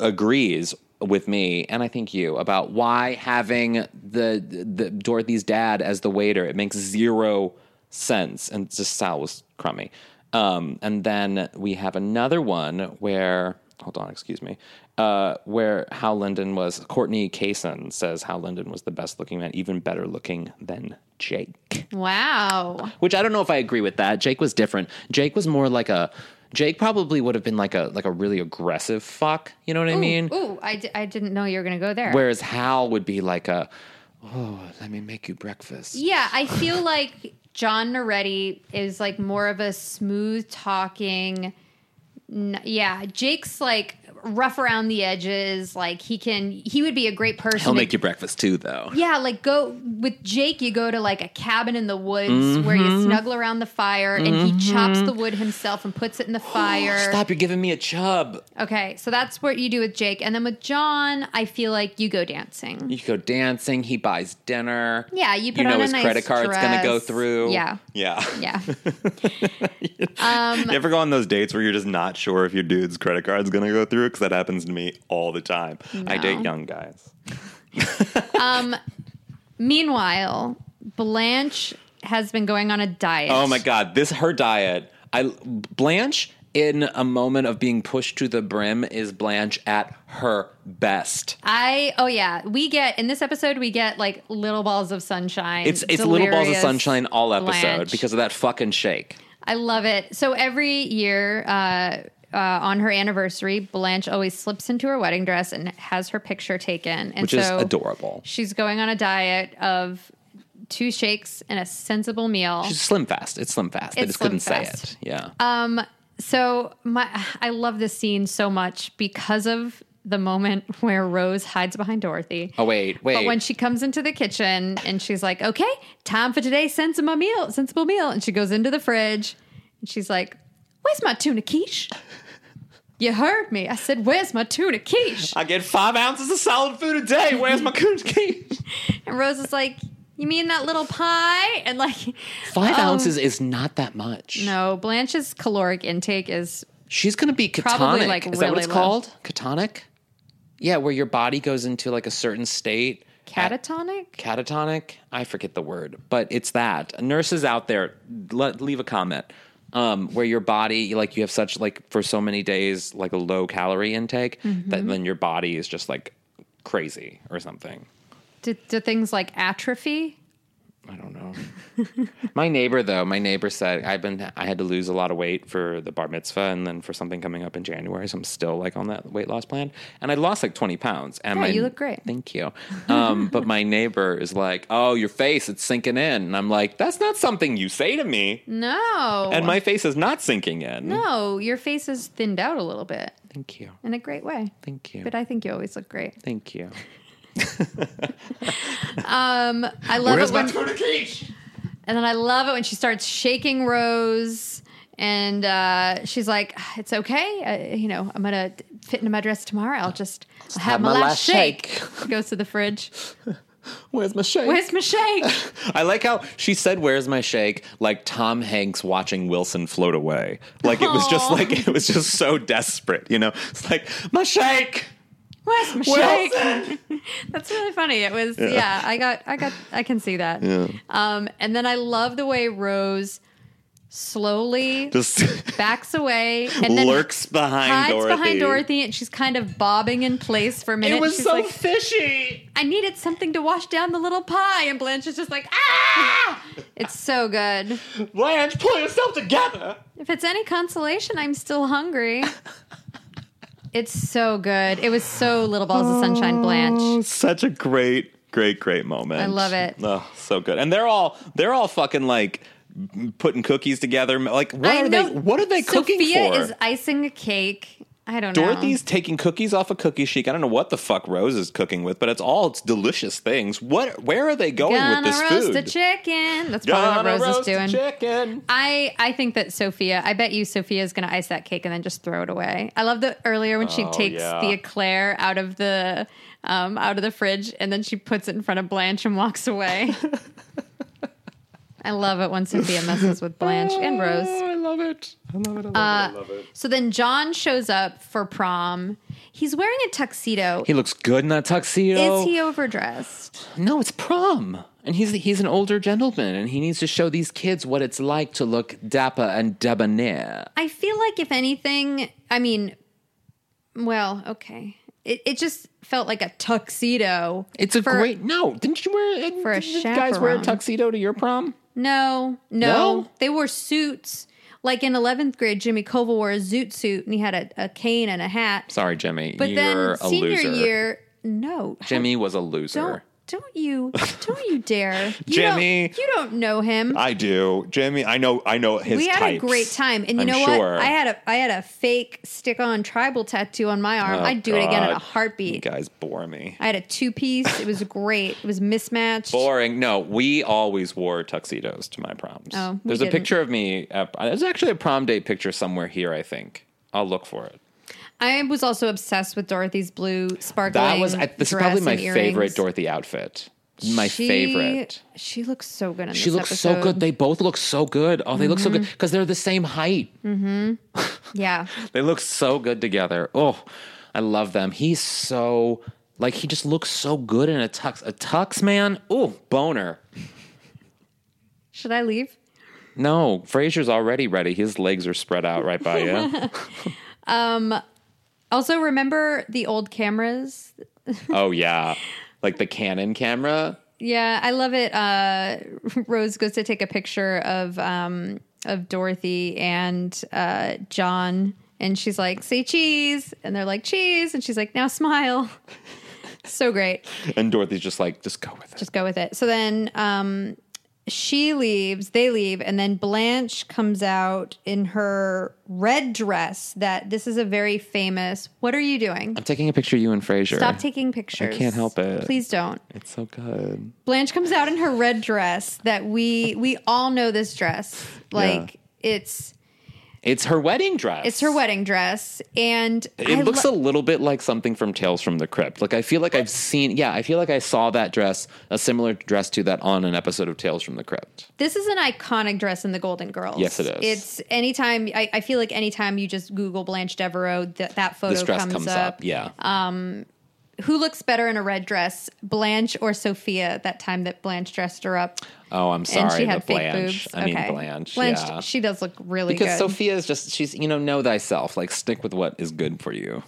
[SPEAKER 4] agrees with me, and I think you about why having the, the Dorothy's dad as the waiter it makes zero sense, and just Sal was crummy. Um, and then we have another one where hold on, excuse me, uh, where how Linden was Courtney Kaysen says how Linden was the best looking man, even better looking than Jake
[SPEAKER 3] Wow.
[SPEAKER 4] which I don't know if I agree with that. Jake was different. Jake was more like a Jake probably would have been like a like a really aggressive fuck, you know what I mean?
[SPEAKER 3] ooh, I, di- I didn't know you were going to go there.
[SPEAKER 4] Whereas Hal would be like a oh, let me make you breakfast.
[SPEAKER 3] yeah, I feel like John Noretti is like more of a smooth talking. n- Yeah, Jake's like rough around the edges. Like he can, he would be a great person.
[SPEAKER 4] He'll
[SPEAKER 3] to-
[SPEAKER 4] make you breakfast too, though.
[SPEAKER 3] yeah, like go with Jake. You go to like a cabin in the woods where
[SPEAKER 4] Mm-hmm.
[SPEAKER 3] you snuggle around the fire, and he chops the wood himself and puts it in the fire.
[SPEAKER 4] Oh, Stop! You're giving me a chub.
[SPEAKER 3] Okay, so that's what you do with Jake, and then with John, I feel like you go dancing.
[SPEAKER 4] You go dancing. He buys dinner.
[SPEAKER 3] Yeah, you put
[SPEAKER 4] you know
[SPEAKER 3] on a
[SPEAKER 4] his
[SPEAKER 3] nice
[SPEAKER 4] credit card's gonna go
[SPEAKER 3] dress.
[SPEAKER 4] through.
[SPEAKER 3] Yeah,
[SPEAKER 5] Yeah.
[SPEAKER 3] yeah.
[SPEAKER 5] you ever go on those dates where you're just not sure if your dude's credit card's gonna go through? Because that happens to me all the time. I date
[SPEAKER 3] No.
[SPEAKER 5] young guys.
[SPEAKER 3] Meanwhile, Blanche has been going on a diet.
[SPEAKER 4] Oh my god, this her diet. I Blanche in a moment of being pushed to the brim is Blanche at her best.
[SPEAKER 3] I oh yeah, we get in this episode we get like little balls of sunshine.
[SPEAKER 4] It's it's little balls of
[SPEAKER 3] delirious
[SPEAKER 4] sunshine all episode
[SPEAKER 3] Blanche.
[SPEAKER 4] because of that fucking shake.
[SPEAKER 3] I love it. So every year uh, uh, on her anniversary, Blanche always slips into her wedding dress and has her picture taken, and
[SPEAKER 4] Which is
[SPEAKER 3] so
[SPEAKER 4] adorable.
[SPEAKER 3] She's going on a diet of two shakes and a sensible meal.
[SPEAKER 4] She's slim fast. It's slim fast. I
[SPEAKER 3] It's
[SPEAKER 4] just
[SPEAKER 3] slim
[SPEAKER 4] couldn't
[SPEAKER 3] fast. Uh,
[SPEAKER 4] say it. Yeah.
[SPEAKER 3] So my I love this scene so much because of the moment where Rose hides behind Dorothy.
[SPEAKER 4] oh wait, wait.
[SPEAKER 3] But when she comes into the kitchen and she's like, "Okay, time for today's sensible meal, sensible meal," and she goes into the fridge and she's like, "Where's my tuna quiche?" You heard me. I said, "Where's my tuna quiche?"
[SPEAKER 4] I get five ounces of solid food a day. Where's my
[SPEAKER 3] Um,
[SPEAKER 4] cookie?
[SPEAKER 3] And Rose is like, "You mean that little pie?" And like,
[SPEAKER 4] Five
[SPEAKER 3] Um,
[SPEAKER 4] ounces is not that much.
[SPEAKER 3] no, Blanche's caloric intake is
[SPEAKER 4] She's gonna be catonic.
[SPEAKER 3] Probably, like,
[SPEAKER 4] is that what
[SPEAKER 3] really
[SPEAKER 4] it's
[SPEAKER 3] low.
[SPEAKER 4] called? Catonic? Yeah, where your body goes into like a certain state. At-
[SPEAKER 3] catatonic.
[SPEAKER 4] catatonic. I forget the word, but it's that. Nurses out there, let, leave a comment um, where your body, like you have such like for so many days, like a low calorie intake that then your body is just like crazy or something.
[SPEAKER 3] Do, do things like atrophy?
[SPEAKER 4] I don't know. my neighbor though, my neighbor said I've been I had to lose a lot of weight for the bar mitzvah and then for something coming up in January, so I'm still like on that weight loss plan. And I lost like 20 pounds. And
[SPEAKER 3] Yeah,
[SPEAKER 4] my-
[SPEAKER 3] you look great.
[SPEAKER 4] Thank you. Um, but my neighbor is like, "Oh, your face, it's sinking in," and I'm like, "That's not something you say to me."
[SPEAKER 3] No.
[SPEAKER 4] And my face is not sinking in.
[SPEAKER 3] no, your face is thinned out a little bit
[SPEAKER 4] Thank you.
[SPEAKER 3] in a great way.
[SPEAKER 4] Thank you.
[SPEAKER 3] But I think you always look great.
[SPEAKER 4] Thank you.
[SPEAKER 3] I love
[SPEAKER 4] Where's
[SPEAKER 3] it
[SPEAKER 4] my
[SPEAKER 3] when, and then I love it when she starts shaking Rose, and uh, she's like, "It's okay, uh, you know, I'm gonna fit into my dress tomorrow. I'll just, I'll have, my, last shake." She goes to the fridge.
[SPEAKER 4] Where's my shake?
[SPEAKER 3] Where's my shake?
[SPEAKER 4] I like how she said, "Where's my shake?" Like Tom Hanks watching Wilson float away. Like it was just
[SPEAKER 3] Aw.
[SPEAKER 4] like it was just so desperate. You know, it's like my shake.
[SPEAKER 3] Where's my shake?
[SPEAKER 4] Wilson!
[SPEAKER 3] That's really funny. It was yeah. I got I got I can see that. Um, and then I love the way Rose slowly
[SPEAKER 5] Just
[SPEAKER 3] backs away and then
[SPEAKER 5] lurks behind
[SPEAKER 3] hides
[SPEAKER 5] Dorothy.
[SPEAKER 3] behind Dorothy, and she's kind of bobbing in place for a minute.
[SPEAKER 4] It was
[SPEAKER 3] she's
[SPEAKER 4] so
[SPEAKER 3] like,
[SPEAKER 4] fishy.
[SPEAKER 3] I needed something to wash down the little pie, and Blanche is just like, ah! It's so good.
[SPEAKER 4] Blanche, pull yourself together.
[SPEAKER 3] If it's any consolation, I'm still hungry. It's so good. It was so little balls of sunshine, Blanche.
[SPEAKER 5] Such a great, great, great moment.
[SPEAKER 3] I love it.
[SPEAKER 5] Oh, so good. And they're all they're all fucking like putting cookies together. Like what
[SPEAKER 3] I
[SPEAKER 5] are
[SPEAKER 3] know-
[SPEAKER 5] they what are they cooking
[SPEAKER 3] Sophia
[SPEAKER 5] for?
[SPEAKER 3] is icing a cake. I don't know.
[SPEAKER 5] Dorothy's taking cookies off a cookie sheet. I don't know what the fuck Rose is cooking with, but it's all it's delicious things. What where are they going
[SPEAKER 3] gonna
[SPEAKER 5] with this
[SPEAKER 3] roast
[SPEAKER 5] food?
[SPEAKER 3] a chicken. That's
[SPEAKER 5] Gonna
[SPEAKER 3] probably what Rose is
[SPEAKER 5] roast a
[SPEAKER 3] doing.
[SPEAKER 5] chicken.
[SPEAKER 3] I I think that Sophia. I bet you Sophia is going to ice that cake and then just throw it away. I love that earlier when she
[SPEAKER 5] Oh,
[SPEAKER 3] takes
[SPEAKER 5] yeah.
[SPEAKER 3] the eclair out of the um, out of the fridge and then she puts it in front of Blanche and walks away. I love it when Sophia messes with Blanche and Rose.
[SPEAKER 5] Oh, I love it. I love it. I love
[SPEAKER 3] Uh,
[SPEAKER 5] it. I love it.
[SPEAKER 3] So then John shows up for prom. He's wearing a tuxedo.
[SPEAKER 4] He looks good in that tuxedo.
[SPEAKER 3] Is he overdressed?
[SPEAKER 4] no, it's prom, and he's he's an older gentleman, and he needs to show these kids what it's like to look dapper and debonair.
[SPEAKER 3] I feel like if anything, I mean, well, okay. It, it just felt like a tuxedo.
[SPEAKER 4] It's a
[SPEAKER 3] for-
[SPEAKER 4] great no. Didn't you wear
[SPEAKER 3] For a
[SPEAKER 4] didn't you guys wear a
[SPEAKER 3] chaperone.
[SPEAKER 4] tuxedo to your prom?
[SPEAKER 3] No, no,
[SPEAKER 4] No?
[SPEAKER 3] They wore suits. Like in 11th grade, Jimmy Koval wore a zoot suit and he had a, a cane and a hat.
[SPEAKER 4] Sorry, Jimmy.
[SPEAKER 3] but
[SPEAKER 4] you're
[SPEAKER 3] then
[SPEAKER 4] a
[SPEAKER 3] senior
[SPEAKER 4] loser.
[SPEAKER 3] year, no.
[SPEAKER 4] Jimmy was a loser.
[SPEAKER 3] Don't Don't you? Don't you dare, you
[SPEAKER 4] Jimmy.
[SPEAKER 3] Don't, you don't know him.
[SPEAKER 4] I do, Jimmy. I know. I know his.
[SPEAKER 3] we had
[SPEAKER 4] types.
[SPEAKER 3] a great time, and you
[SPEAKER 4] I'm
[SPEAKER 3] know
[SPEAKER 4] sure.
[SPEAKER 3] what? I had a I had a fake stick-on tribal tattoo on my arm.
[SPEAKER 4] Oh,
[SPEAKER 3] I'd do it again in a
[SPEAKER 4] God. You
[SPEAKER 3] heartbeat.
[SPEAKER 4] guys bore me.
[SPEAKER 3] I had a two-piece. It was great. It was mismatched.
[SPEAKER 4] Boring. No, we always wore tuxedos to my proms.
[SPEAKER 3] Oh, we
[SPEAKER 4] there's a
[SPEAKER 3] didn't.
[SPEAKER 4] picture of me. At, there's actually a prom date picture somewhere here. I think I'll look for it.
[SPEAKER 3] I was also obsessed with Dorothy's blue sparkling.
[SPEAKER 4] That was I, this is
[SPEAKER 3] dress
[SPEAKER 4] probably my
[SPEAKER 3] and
[SPEAKER 4] favorite
[SPEAKER 3] earrings.
[SPEAKER 4] Dorothy outfit. My
[SPEAKER 3] She-
[SPEAKER 4] favorite.
[SPEAKER 3] She looks so good in
[SPEAKER 4] She
[SPEAKER 3] this
[SPEAKER 4] looks so
[SPEAKER 3] episode. Mm-hmm.
[SPEAKER 4] good. They both look so good. Oh, they look so good because they're the same height.
[SPEAKER 3] yeah.
[SPEAKER 4] They look so good together. Oh, I love them. He's so like he just looks so good in a tux. A tux man. Oh, boner.
[SPEAKER 3] Should I leave?
[SPEAKER 4] No, Frazier's already ready. His legs are spread out right by you.
[SPEAKER 3] Also, remember the old cameras?
[SPEAKER 4] oh yeah, like the Canon camera.
[SPEAKER 3] Yeah, I love it. Uh, Rose goes to take a picture of um, of Dorothy and uh, John, and she's like, "Say cheese," and they're like, "Cheese," and she's like, "Now smile." so great.
[SPEAKER 4] And Dorothy's just like, just go with it.
[SPEAKER 3] Just go with it. So then um, she leaves, they leave, and then Blanche comes out in her red dress. That this is a very famous. What are you doing?
[SPEAKER 4] I'm taking a picture of you and Frazier.
[SPEAKER 3] Stop taking pictures.
[SPEAKER 4] I can't help it.
[SPEAKER 3] Please don't.
[SPEAKER 4] It's so good.
[SPEAKER 3] Blanche comes out in her red dress that we we all know this dress. Like it's
[SPEAKER 4] It's her wedding dress.
[SPEAKER 3] it's her wedding dress and
[SPEAKER 4] It looks a little bit like something from Tales from the Crypt. Like I feel like I've seen, yeah, I feel like I saw that dress, a similar dress to that on an episode of Tales from the Crypt.
[SPEAKER 3] This is an iconic dress in the Golden Girls.
[SPEAKER 4] Yes, it is.
[SPEAKER 3] It's anytime I, I feel like anytime you just Google Blanche Devereaux, th- that photo
[SPEAKER 4] This dress
[SPEAKER 3] comes,
[SPEAKER 4] comes,
[SPEAKER 3] up. Um,
[SPEAKER 4] up. yeah.
[SPEAKER 3] Who looks better in a red dress, Blanche or Sophia? That time that Blanche dressed her up,
[SPEAKER 4] oh, I'm sorry,
[SPEAKER 3] and she had
[SPEAKER 4] the
[SPEAKER 3] fake
[SPEAKER 4] Blanche.
[SPEAKER 3] boobs.
[SPEAKER 4] I mean
[SPEAKER 3] okay.
[SPEAKER 4] Blanche.
[SPEAKER 3] Blanche,
[SPEAKER 4] yeah.
[SPEAKER 3] she does look really
[SPEAKER 4] because
[SPEAKER 3] good.
[SPEAKER 4] Sophia is just she's you know know thyself. Like stick with what is good for you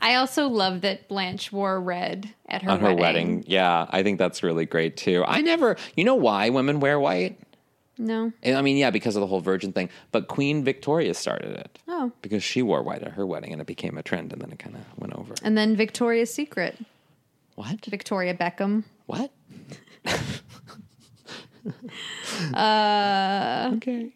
[SPEAKER 3] I also love that Blanche wore red at her
[SPEAKER 4] on her
[SPEAKER 3] wedding.
[SPEAKER 4] wedding. Yeah, I think that's really great too. I never, you know, why women wear white.
[SPEAKER 3] No,
[SPEAKER 4] And I mean, yeah, because of the whole virgin thing. But Queen Victoria started it.
[SPEAKER 3] Oh.
[SPEAKER 4] Because she wore white at her wedding and it became a trend and then it kind of went over.
[SPEAKER 3] and then Victoria's Secret,
[SPEAKER 4] What?
[SPEAKER 3] Victoria Beckham.
[SPEAKER 4] What? uh, okay.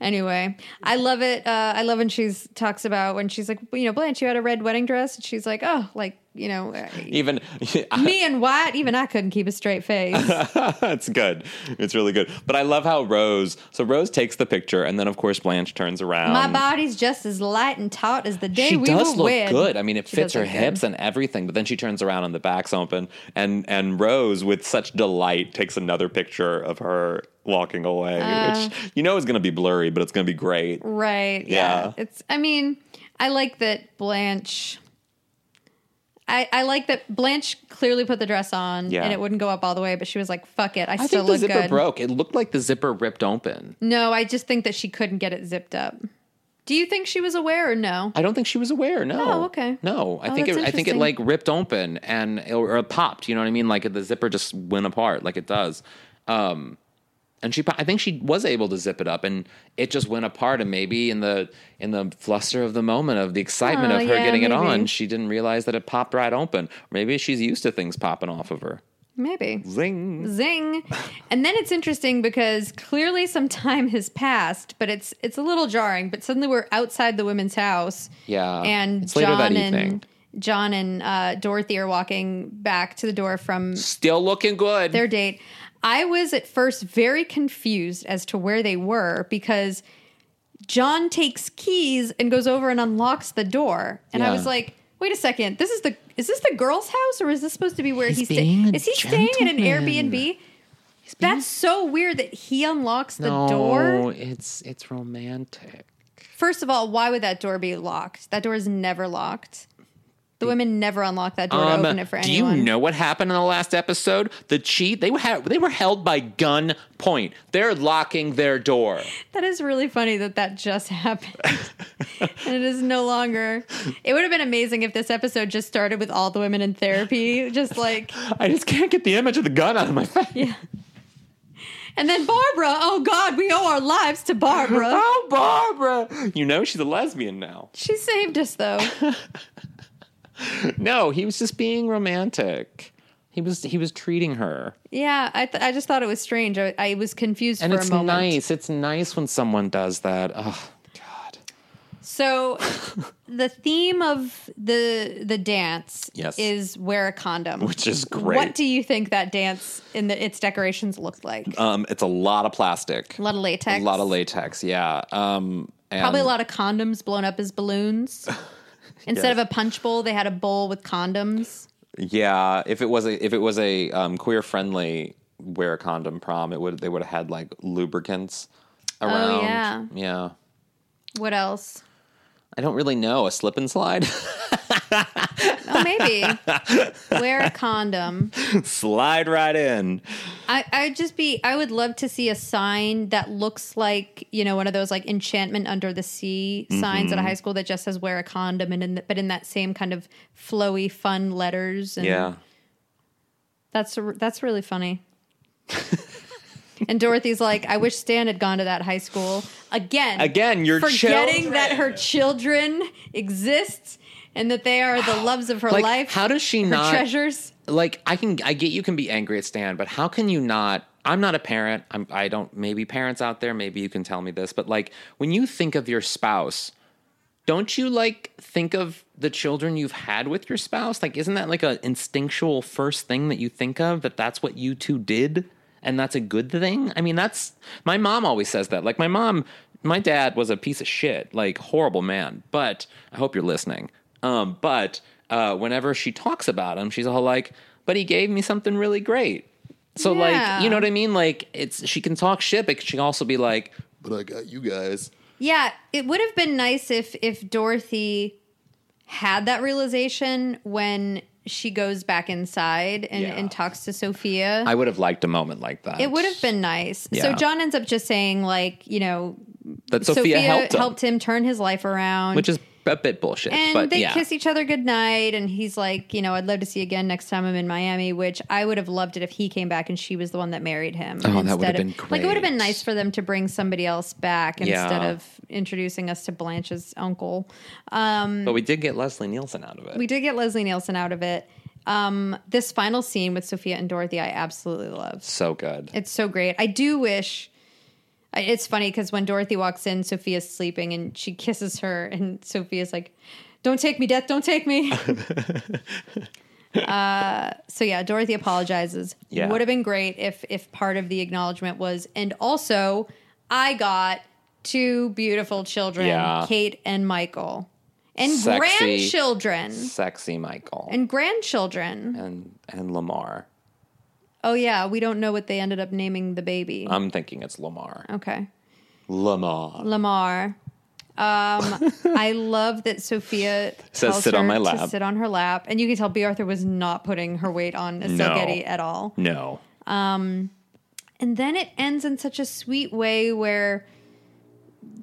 [SPEAKER 3] Anyway, I love it. Uh, I love when she's talks about when she's like, you know, Blanche, you had a red wedding dress, and she's like, oh, like you know,
[SPEAKER 4] Even
[SPEAKER 3] me and white, even I couldn't keep a straight face.
[SPEAKER 4] it's good. It's really good. But I love how Rose. So Rose takes the picture, and then of course Blanche turns around.
[SPEAKER 3] My body's just as light and taut as the day
[SPEAKER 4] Um, She
[SPEAKER 3] we
[SPEAKER 4] does
[SPEAKER 3] were
[SPEAKER 4] look
[SPEAKER 3] wed.
[SPEAKER 4] good. I mean, it
[SPEAKER 3] She
[SPEAKER 4] fits
[SPEAKER 3] does
[SPEAKER 4] her
[SPEAKER 3] look good.
[SPEAKER 4] hips and everything. But then she turns around and the back's open, and and Rose, with such delight, takes another picture of her walking away,
[SPEAKER 3] Uh.
[SPEAKER 4] which you know is going to be blurry, but it's going to be great.
[SPEAKER 3] Right.
[SPEAKER 4] Yeah.
[SPEAKER 3] Yeah. It's I mean, I like that Blanche I, I like that Blanche clearly put the dress on
[SPEAKER 4] Yeah.
[SPEAKER 3] and it wouldn't go up all the way, but she was like, fuck it. I,
[SPEAKER 4] I
[SPEAKER 3] still
[SPEAKER 4] think the
[SPEAKER 3] look
[SPEAKER 4] zipper
[SPEAKER 3] good.
[SPEAKER 4] broke. It looked like the zipper ripped open.
[SPEAKER 3] No, I just think that she couldn't get it zipped up. Do you think she was aware or no?
[SPEAKER 4] I don't think she was aware. No.
[SPEAKER 3] Oh, okay.
[SPEAKER 4] No, I
[SPEAKER 3] Oh,
[SPEAKER 4] think it,
[SPEAKER 3] that's
[SPEAKER 4] I think it
[SPEAKER 3] interesting.
[SPEAKER 4] like ripped open and or, or popped. You know what I mean? Like the zipper just went apart, like it does. Um, and she, pro- I think she was able to zip it up, and it just went apart. And maybe in the in the fluster of the moment of the excitement
[SPEAKER 3] Oh,
[SPEAKER 4] of her
[SPEAKER 3] yeah,
[SPEAKER 4] getting it
[SPEAKER 3] maybe.
[SPEAKER 4] on, she didn't realize that it popped right open. Maybe she's used to things popping off of her.
[SPEAKER 3] Maybe.
[SPEAKER 4] Zing.
[SPEAKER 3] Zing. And then it's interesting because clearly some time has passed, but it's it's a little jarring. But suddenly we're outside the women's house.
[SPEAKER 4] Yeah.
[SPEAKER 3] And
[SPEAKER 4] Uh, It's later
[SPEAKER 3] John
[SPEAKER 4] that
[SPEAKER 3] and
[SPEAKER 4] evening.
[SPEAKER 3] John and uh, Dorothy are walking back to the door from
[SPEAKER 4] Still looking good.
[SPEAKER 3] their date. I was at first very confused as to where they were because John takes keys and goes over and unlocks the door. And I
[SPEAKER 4] Yeah.
[SPEAKER 3] was like, wait a second, this is the is this the girl's house or is this supposed to be where
[SPEAKER 4] He's
[SPEAKER 3] he's,
[SPEAKER 4] being
[SPEAKER 3] staying?
[SPEAKER 4] a
[SPEAKER 3] Is he staying in an
[SPEAKER 4] gentleman.
[SPEAKER 3] Airbnb? That's so weird that he unlocks the
[SPEAKER 4] no,
[SPEAKER 3] door.
[SPEAKER 4] it's it's romantic.
[SPEAKER 3] First of all, why would that door be locked? That door is never locked. The women never unlock that door
[SPEAKER 4] Um,
[SPEAKER 3] to open it for
[SPEAKER 4] do
[SPEAKER 3] anyone.
[SPEAKER 4] you know what happened in the last episode? The cheat they had they were held by gun point. They're locking their door.
[SPEAKER 3] That is really funny that that just happened. and it is no longer. It would have been amazing if this episode just started with all the women in therapy, just like,
[SPEAKER 4] I just can't get the image of the gun out of my face.
[SPEAKER 3] yeah. And then Barbara, oh God, we owe our lives to Barbara.
[SPEAKER 4] Oh, Barbara! You know she's a lesbian now.
[SPEAKER 3] She saved us though.
[SPEAKER 4] No, he was just being romantic. He was he was treating her,
[SPEAKER 3] Yeah, I, th- I just thought it was strange. I, I was confused
[SPEAKER 4] and
[SPEAKER 3] for
[SPEAKER 4] it's
[SPEAKER 3] a moment.
[SPEAKER 4] nice. It's nice when someone does that. Oh God,
[SPEAKER 3] So, the theme of the the dance
[SPEAKER 4] Yes.
[SPEAKER 3] is wear a condom,
[SPEAKER 4] which is great.
[SPEAKER 3] What do you think that dance in the, its decorations looked like?
[SPEAKER 4] um, it's a lot of plastic,
[SPEAKER 3] a lot of latex,
[SPEAKER 4] a lot of latex. Yeah, um, and
[SPEAKER 3] probably a lot of condoms blown up as balloons. Instead of a punch bowl, they had a bowl with condoms.
[SPEAKER 4] Yeah, if it was a if it was a um, queer friendly wear a condom prom, it would they would have had like lubricants around.
[SPEAKER 3] Oh, yeah.
[SPEAKER 4] yeah.
[SPEAKER 3] What else?
[SPEAKER 4] I don't really know a slip and slide.
[SPEAKER 3] Oh, maybe wear a condom.
[SPEAKER 4] slide right in.
[SPEAKER 3] I, I'd just be, I would love to see a sign that looks like, you know, one of those like enchantment under the sea signs
[SPEAKER 4] Mm-hmm.
[SPEAKER 3] at a high school that just says wear a condom and in the, but in that same kind of flowy, fun letters. And
[SPEAKER 4] Yeah,
[SPEAKER 3] That's, r- that's really funny. and Dorothy's like, I wish Stan had gone to that high school again.
[SPEAKER 4] Again, your
[SPEAKER 3] Forgetting
[SPEAKER 4] children.
[SPEAKER 3] that her children exist and that they are the loves of her
[SPEAKER 4] Like,
[SPEAKER 3] life.
[SPEAKER 4] how does she
[SPEAKER 3] her
[SPEAKER 4] not-
[SPEAKER 3] treasures?
[SPEAKER 4] like I can I get you can be angry at Stan, but how can you not? I'm not a parent. I'm I don't. Maybe parents out there, maybe you can tell me this, but like when you think of your spouse, don't you like think of the children you've had with your spouse? Like, isn't that like an instinctual first thing that you think of that that's what you two did? And that's a good thing. I mean, that's my mom always says that. Like, my mom, my dad was a piece of shit, like, horrible man. But I hope you're listening. Um, but uh, whenever she talks about him, she's all like, but he gave me something really great. So,
[SPEAKER 3] Yeah.
[SPEAKER 4] like, you know what I mean? Like, it's she can talk shit, but she can also be like,
[SPEAKER 5] But I got you guys.
[SPEAKER 3] Yeah, it would have been nice if if Dorothy had that realization when she goes back inside and,
[SPEAKER 4] Yeah.
[SPEAKER 3] and talks to Sophia.
[SPEAKER 4] I would have liked a moment like that.
[SPEAKER 3] it would have been nice. So
[SPEAKER 4] Yeah.
[SPEAKER 3] John ends up just saying like, you know,
[SPEAKER 4] that Sophia, helped, him.
[SPEAKER 3] him. turn his life around.
[SPEAKER 4] which is a bit bullshit.
[SPEAKER 3] and
[SPEAKER 4] but
[SPEAKER 3] they
[SPEAKER 4] yeah.
[SPEAKER 3] kiss each other goodnight and he's like, you know, I'd love to see you again next time I'm in Miami, which I would have loved it if he came back and she was the one that married him.
[SPEAKER 4] Oh, that would have
[SPEAKER 3] instead of-
[SPEAKER 4] been
[SPEAKER 3] Like it would have been
[SPEAKER 4] great.
[SPEAKER 3] nice for them to bring somebody else back
[SPEAKER 4] Yeah.
[SPEAKER 3] instead of introducing us to Blanche's uncle.
[SPEAKER 4] but we did get Leslie Nielsen out of it.
[SPEAKER 3] We did get Leslie Nielsen out of it. Um, this final scene with Sophia and Dorothy, I absolutely love.
[SPEAKER 4] so good.
[SPEAKER 3] It's so great. I do wish. I- It's funny because when Dorothy walks in, Sophia's sleeping and she kisses her, and Sophia's like, "Don't take me, death! Don't take me." uh, so yeah, Dorothy apologizes.
[SPEAKER 4] Yeah.
[SPEAKER 3] Would have been great if if part of the acknowledgement was, and also, I got two beautiful children,
[SPEAKER 4] Yeah.
[SPEAKER 3] Kate and Michael, and
[SPEAKER 4] Sexy.
[SPEAKER 3] grandchildren
[SPEAKER 4] Sexy Michael and
[SPEAKER 3] and grandchildren.
[SPEAKER 4] and, Lamar.
[SPEAKER 3] Oh yeah, we don't know what they ended up naming the baby.
[SPEAKER 4] I'm thinking it's Lamar.
[SPEAKER 3] okay.
[SPEAKER 4] Lamar
[SPEAKER 3] Lamar. Um, I love that Sophia
[SPEAKER 4] Says,
[SPEAKER 3] tells
[SPEAKER 4] "Sit on
[SPEAKER 3] her
[SPEAKER 4] my
[SPEAKER 3] to
[SPEAKER 4] lap."
[SPEAKER 3] sit on her lap, and you can tell B. Arthur was not putting her weight on a
[SPEAKER 4] No.
[SPEAKER 3] spaghetti at all.
[SPEAKER 4] No.
[SPEAKER 3] And then it ends in such a sweet way where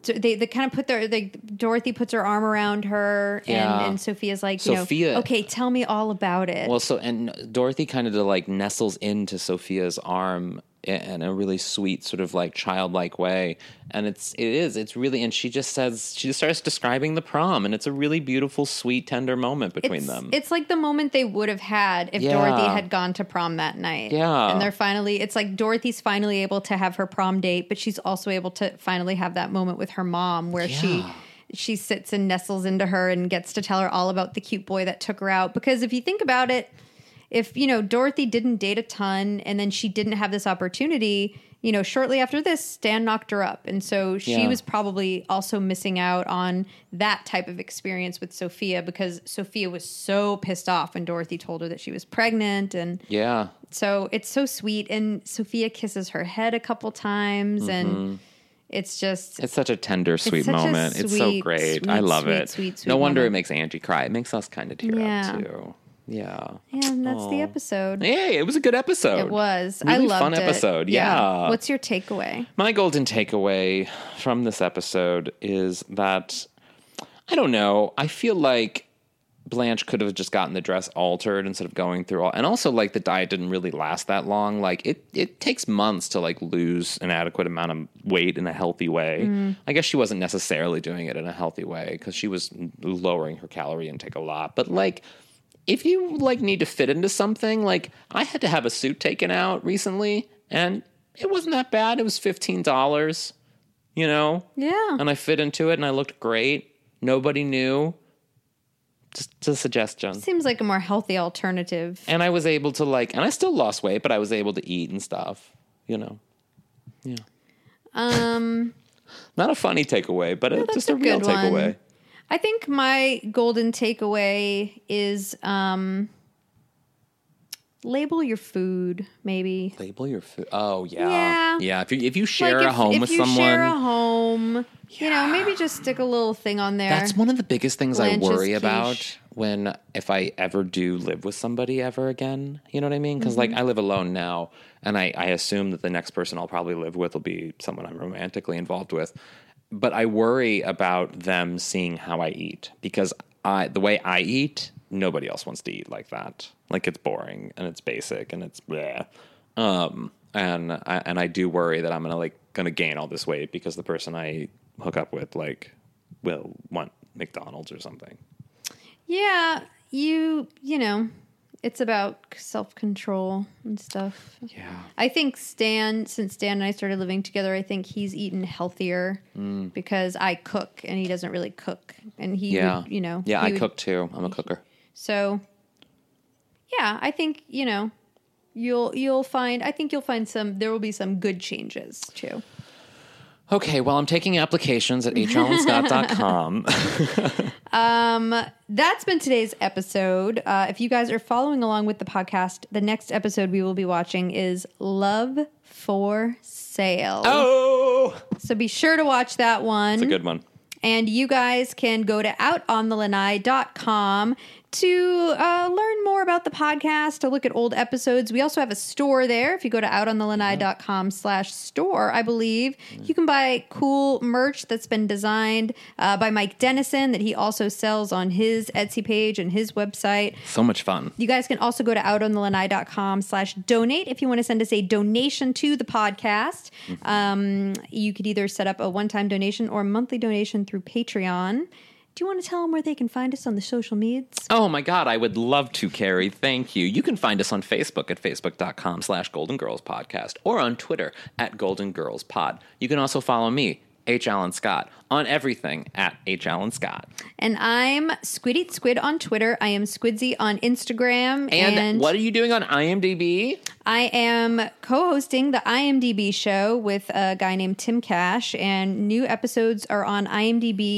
[SPEAKER 3] d- they, they kind of put their like Dorothy puts her arm around her,
[SPEAKER 4] Yeah.
[SPEAKER 3] and, and Sophia's like, you
[SPEAKER 4] Sophia-
[SPEAKER 3] know, okay, tell me all about it.
[SPEAKER 4] Well, so and Dorothy kind of uh, like nestles into Sophia's arm i- in a really sweet sort of like childlike way and it's it is it's really and she just says she just starts describing the prom and it's a really beautiful sweet tender moment between
[SPEAKER 3] it's,
[SPEAKER 4] them
[SPEAKER 3] It's like the moment they would have had if
[SPEAKER 4] Yeah.
[SPEAKER 3] Dorothy had gone to prom that night.
[SPEAKER 4] Yeah.
[SPEAKER 3] And they're finally, it's like Dorothy's finally able to have her prom date, but she's also able to finally have that moment with her mom where she.
[SPEAKER 4] Yeah.
[SPEAKER 3] She sits and nestles into her and gets to tell her all about the cute boy that took her out. Because if you think about it, if you know Dorothy didn't date a ton and then she didn't have this opportunity, you know, shortly after this, Stan knocked her up. And so she
[SPEAKER 4] Yeah.
[SPEAKER 3] was probably also missing out on that type of experience with Sophia because Sophia was so pissed off when Dorothy told her that she was pregnant and
[SPEAKER 4] yeah
[SPEAKER 3] so it's so sweet and Sophia kisses her head a couple times and it's just
[SPEAKER 4] Mm-hmm. It's such a tender, sweet
[SPEAKER 3] such a
[SPEAKER 4] moment. it's so
[SPEAKER 3] sweet,
[SPEAKER 4] great.
[SPEAKER 3] sweet,
[SPEAKER 4] I love
[SPEAKER 3] sweet,
[SPEAKER 4] it.
[SPEAKER 3] sweet, sweet
[SPEAKER 4] no wonder
[SPEAKER 3] moment.
[SPEAKER 4] it makes Angie cry. It makes us kind of tear
[SPEAKER 3] Yeah.
[SPEAKER 4] up too. Yeah.
[SPEAKER 3] and that's the episode.
[SPEAKER 4] Hey, it was a good episode.
[SPEAKER 3] It was. I
[SPEAKER 4] Really
[SPEAKER 3] loved
[SPEAKER 4] fun
[SPEAKER 3] it.
[SPEAKER 4] episode. Yeah.
[SPEAKER 3] What's your takeaway?
[SPEAKER 4] My golden takeaway from this episode is that I don't know. I feel like Blanche could have just gotten the dress altered instead of going through all. And also, like the diet didn't really last that long. Like it, it takes months to like lose an adequate amount of weight in a healthy way. I guess she wasn't necessarily doing it in a healthy way because she was lowering her calorie intake a lot. But like, if you like need to fit into something, like I had to have a suit taken out recently and it wasn't that bad. It was $15, you know?
[SPEAKER 3] Yeah.
[SPEAKER 4] And I fit into it and I looked great. Nobody knew. Just a suggestion.
[SPEAKER 3] Seems like a more healthy alternative.
[SPEAKER 4] And I was able to like, and I still lost weight, but I was able to eat and stuff, you know? Yeah.
[SPEAKER 3] Um,
[SPEAKER 4] Not a funny takeaway, but a,
[SPEAKER 3] that's
[SPEAKER 4] just a,
[SPEAKER 3] a
[SPEAKER 4] real
[SPEAKER 3] good one.
[SPEAKER 4] takeaway.
[SPEAKER 3] I think my golden takeaway is um, label your food, maybe.
[SPEAKER 4] Label your food. Oh yeah,
[SPEAKER 3] Yeah.
[SPEAKER 4] If you if you share
[SPEAKER 3] like
[SPEAKER 4] a
[SPEAKER 3] if,
[SPEAKER 4] home
[SPEAKER 3] if
[SPEAKER 4] with
[SPEAKER 3] you
[SPEAKER 4] someone,
[SPEAKER 3] share a home, you know, maybe just stick a little thing on there.
[SPEAKER 4] That's one of the biggest things
[SPEAKER 3] Blanche's
[SPEAKER 4] I worry about
[SPEAKER 3] quiche.
[SPEAKER 4] when if I ever do live with somebody ever again. You know what I mean? Because
[SPEAKER 3] Mm-hmm.
[SPEAKER 4] like I live alone now, and I, I assume that the next person I'll probably live with will be someone I'm romantically involved with. But I worry about them seeing how I eat because I the way I eat, nobody else wants to eat like that. Like it's boring and it's basic and it's bleh. Um, and I, and I do worry that I'm gonna like gonna gain all this weight because the person I hook up with like will want McDonald's or something.
[SPEAKER 3] yeah, you you know, it's about self control and stuff.
[SPEAKER 4] Yeah.
[SPEAKER 3] I think Stan, since Stan and I started living together, I think he's eaten healthier
[SPEAKER 4] Mm.
[SPEAKER 3] because I cook and he doesn't really cook, and he,
[SPEAKER 4] Yeah.
[SPEAKER 3] would, you know,
[SPEAKER 4] Yeah,
[SPEAKER 3] he
[SPEAKER 4] I
[SPEAKER 3] would-
[SPEAKER 4] cook too. I'm a cooker.
[SPEAKER 3] So, yeah, I think you know, you'll you'll find. I think you'll find some. There will be some good changes too.
[SPEAKER 4] Okay, well, I'm taking applications at hrolandscott.com.
[SPEAKER 3] That's been today's episode. Uh, if you guys are following along with the podcast, the next episode we will be watching is Love for Sale.
[SPEAKER 4] oh,
[SPEAKER 3] So be sure to watch that one.
[SPEAKER 4] it's a good one.
[SPEAKER 3] And you guys can go to outonthelanai.com to uh, learn more about the podcast, to look at old episodes. We also have a store there. If you go to outonthelanai.com slash store, I believe, you can buy cool merch that's been designed uh, by Mike Dennison that he also sells on his Etsy page and his website.
[SPEAKER 4] So much fun.
[SPEAKER 3] You guys can also go to outonthelanai.com slash donate if you want to send us a donation to the podcast.
[SPEAKER 4] Mm-hmm.
[SPEAKER 3] Um, you could either set up a one-time donation or a monthly donation through Patreon. Do you want to tell them where they can find us on the social medias?
[SPEAKER 4] Oh my God, I would love to, Carrie. Thank you. You can find us on Facebook at facebook.com slash Golden Girls Podcast or on Twitter at Golden Girls Pod. You can also follow me, H. Allen Scott, on everything at H. Allen Scott.
[SPEAKER 3] And I'm Squid Eat Squid on Twitter. I am Squidzy on Instagram.
[SPEAKER 4] And, what are you doing on IMDb?
[SPEAKER 3] I am co-hosting the IMDb show with a guy named Tim Cash, and new episodes are on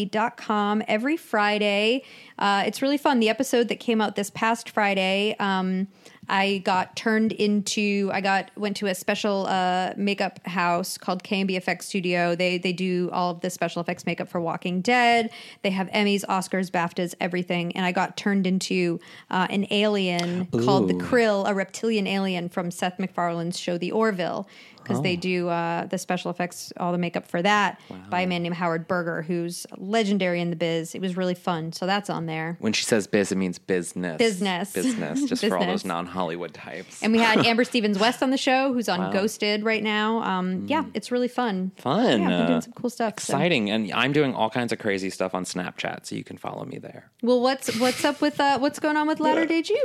[SPEAKER 3] imdb.com every Friday. Uh, it's really fun. The episode that came out this past Friday, um, I got turned into. I got went to a special uh, makeup house called KMB Effects Studio. They they do all of the special effects makeup for Walking Dead. They have Emmys, Oscars, BAFTAs, everything. And I got turned into uh, an alien called the Krill, a reptilian alien from Seth MacFarlane's show The Orville, because
[SPEAKER 4] Oh.
[SPEAKER 3] they do uh, the special effects, all the makeup for that by a man named Howard Berger, who's legendary in the biz. It was really fun, so that's on there.
[SPEAKER 4] When she says biz, it means business.
[SPEAKER 3] Business.
[SPEAKER 4] Business, just for all
[SPEAKER 3] Business.
[SPEAKER 4] those non Hollywood types.
[SPEAKER 3] And we had Amber Stevens West on the show, who's on Ghosted right now. Um, Yeah, it's really fun.
[SPEAKER 4] Hmm. Fun.
[SPEAKER 3] Yeah, I've been
[SPEAKER 4] Uh,
[SPEAKER 3] doing some cool stuff. so-
[SPEAKER 4] Exciting. And I'm doing all kinds of crazy stuff on Snapchat, so you can follow me there.
[SPEAKER 3] Well, what's what's up with uh, what's going on with Latter Day Jew?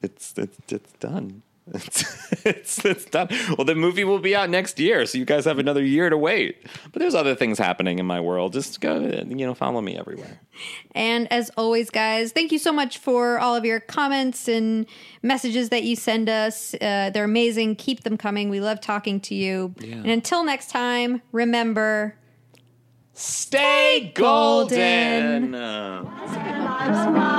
[SPEAKER 4] It's it's, it's done. It's, it's it's done. Well, the movie will be out next year, so you guys have another year to wait. But there's other things happening in my world. Just go, you know, follow me everywhere.
[SPEAKER 3] And as always, guys, thank you so much for all of your comments and messages that you send us. Uh, they're amazing. Keep them coming. We love talking to you. And until next time, remember.
[SPEAKER 4] Stay golden.
[SPEAKER 3] golden.
[SPEAKER 6] Lives my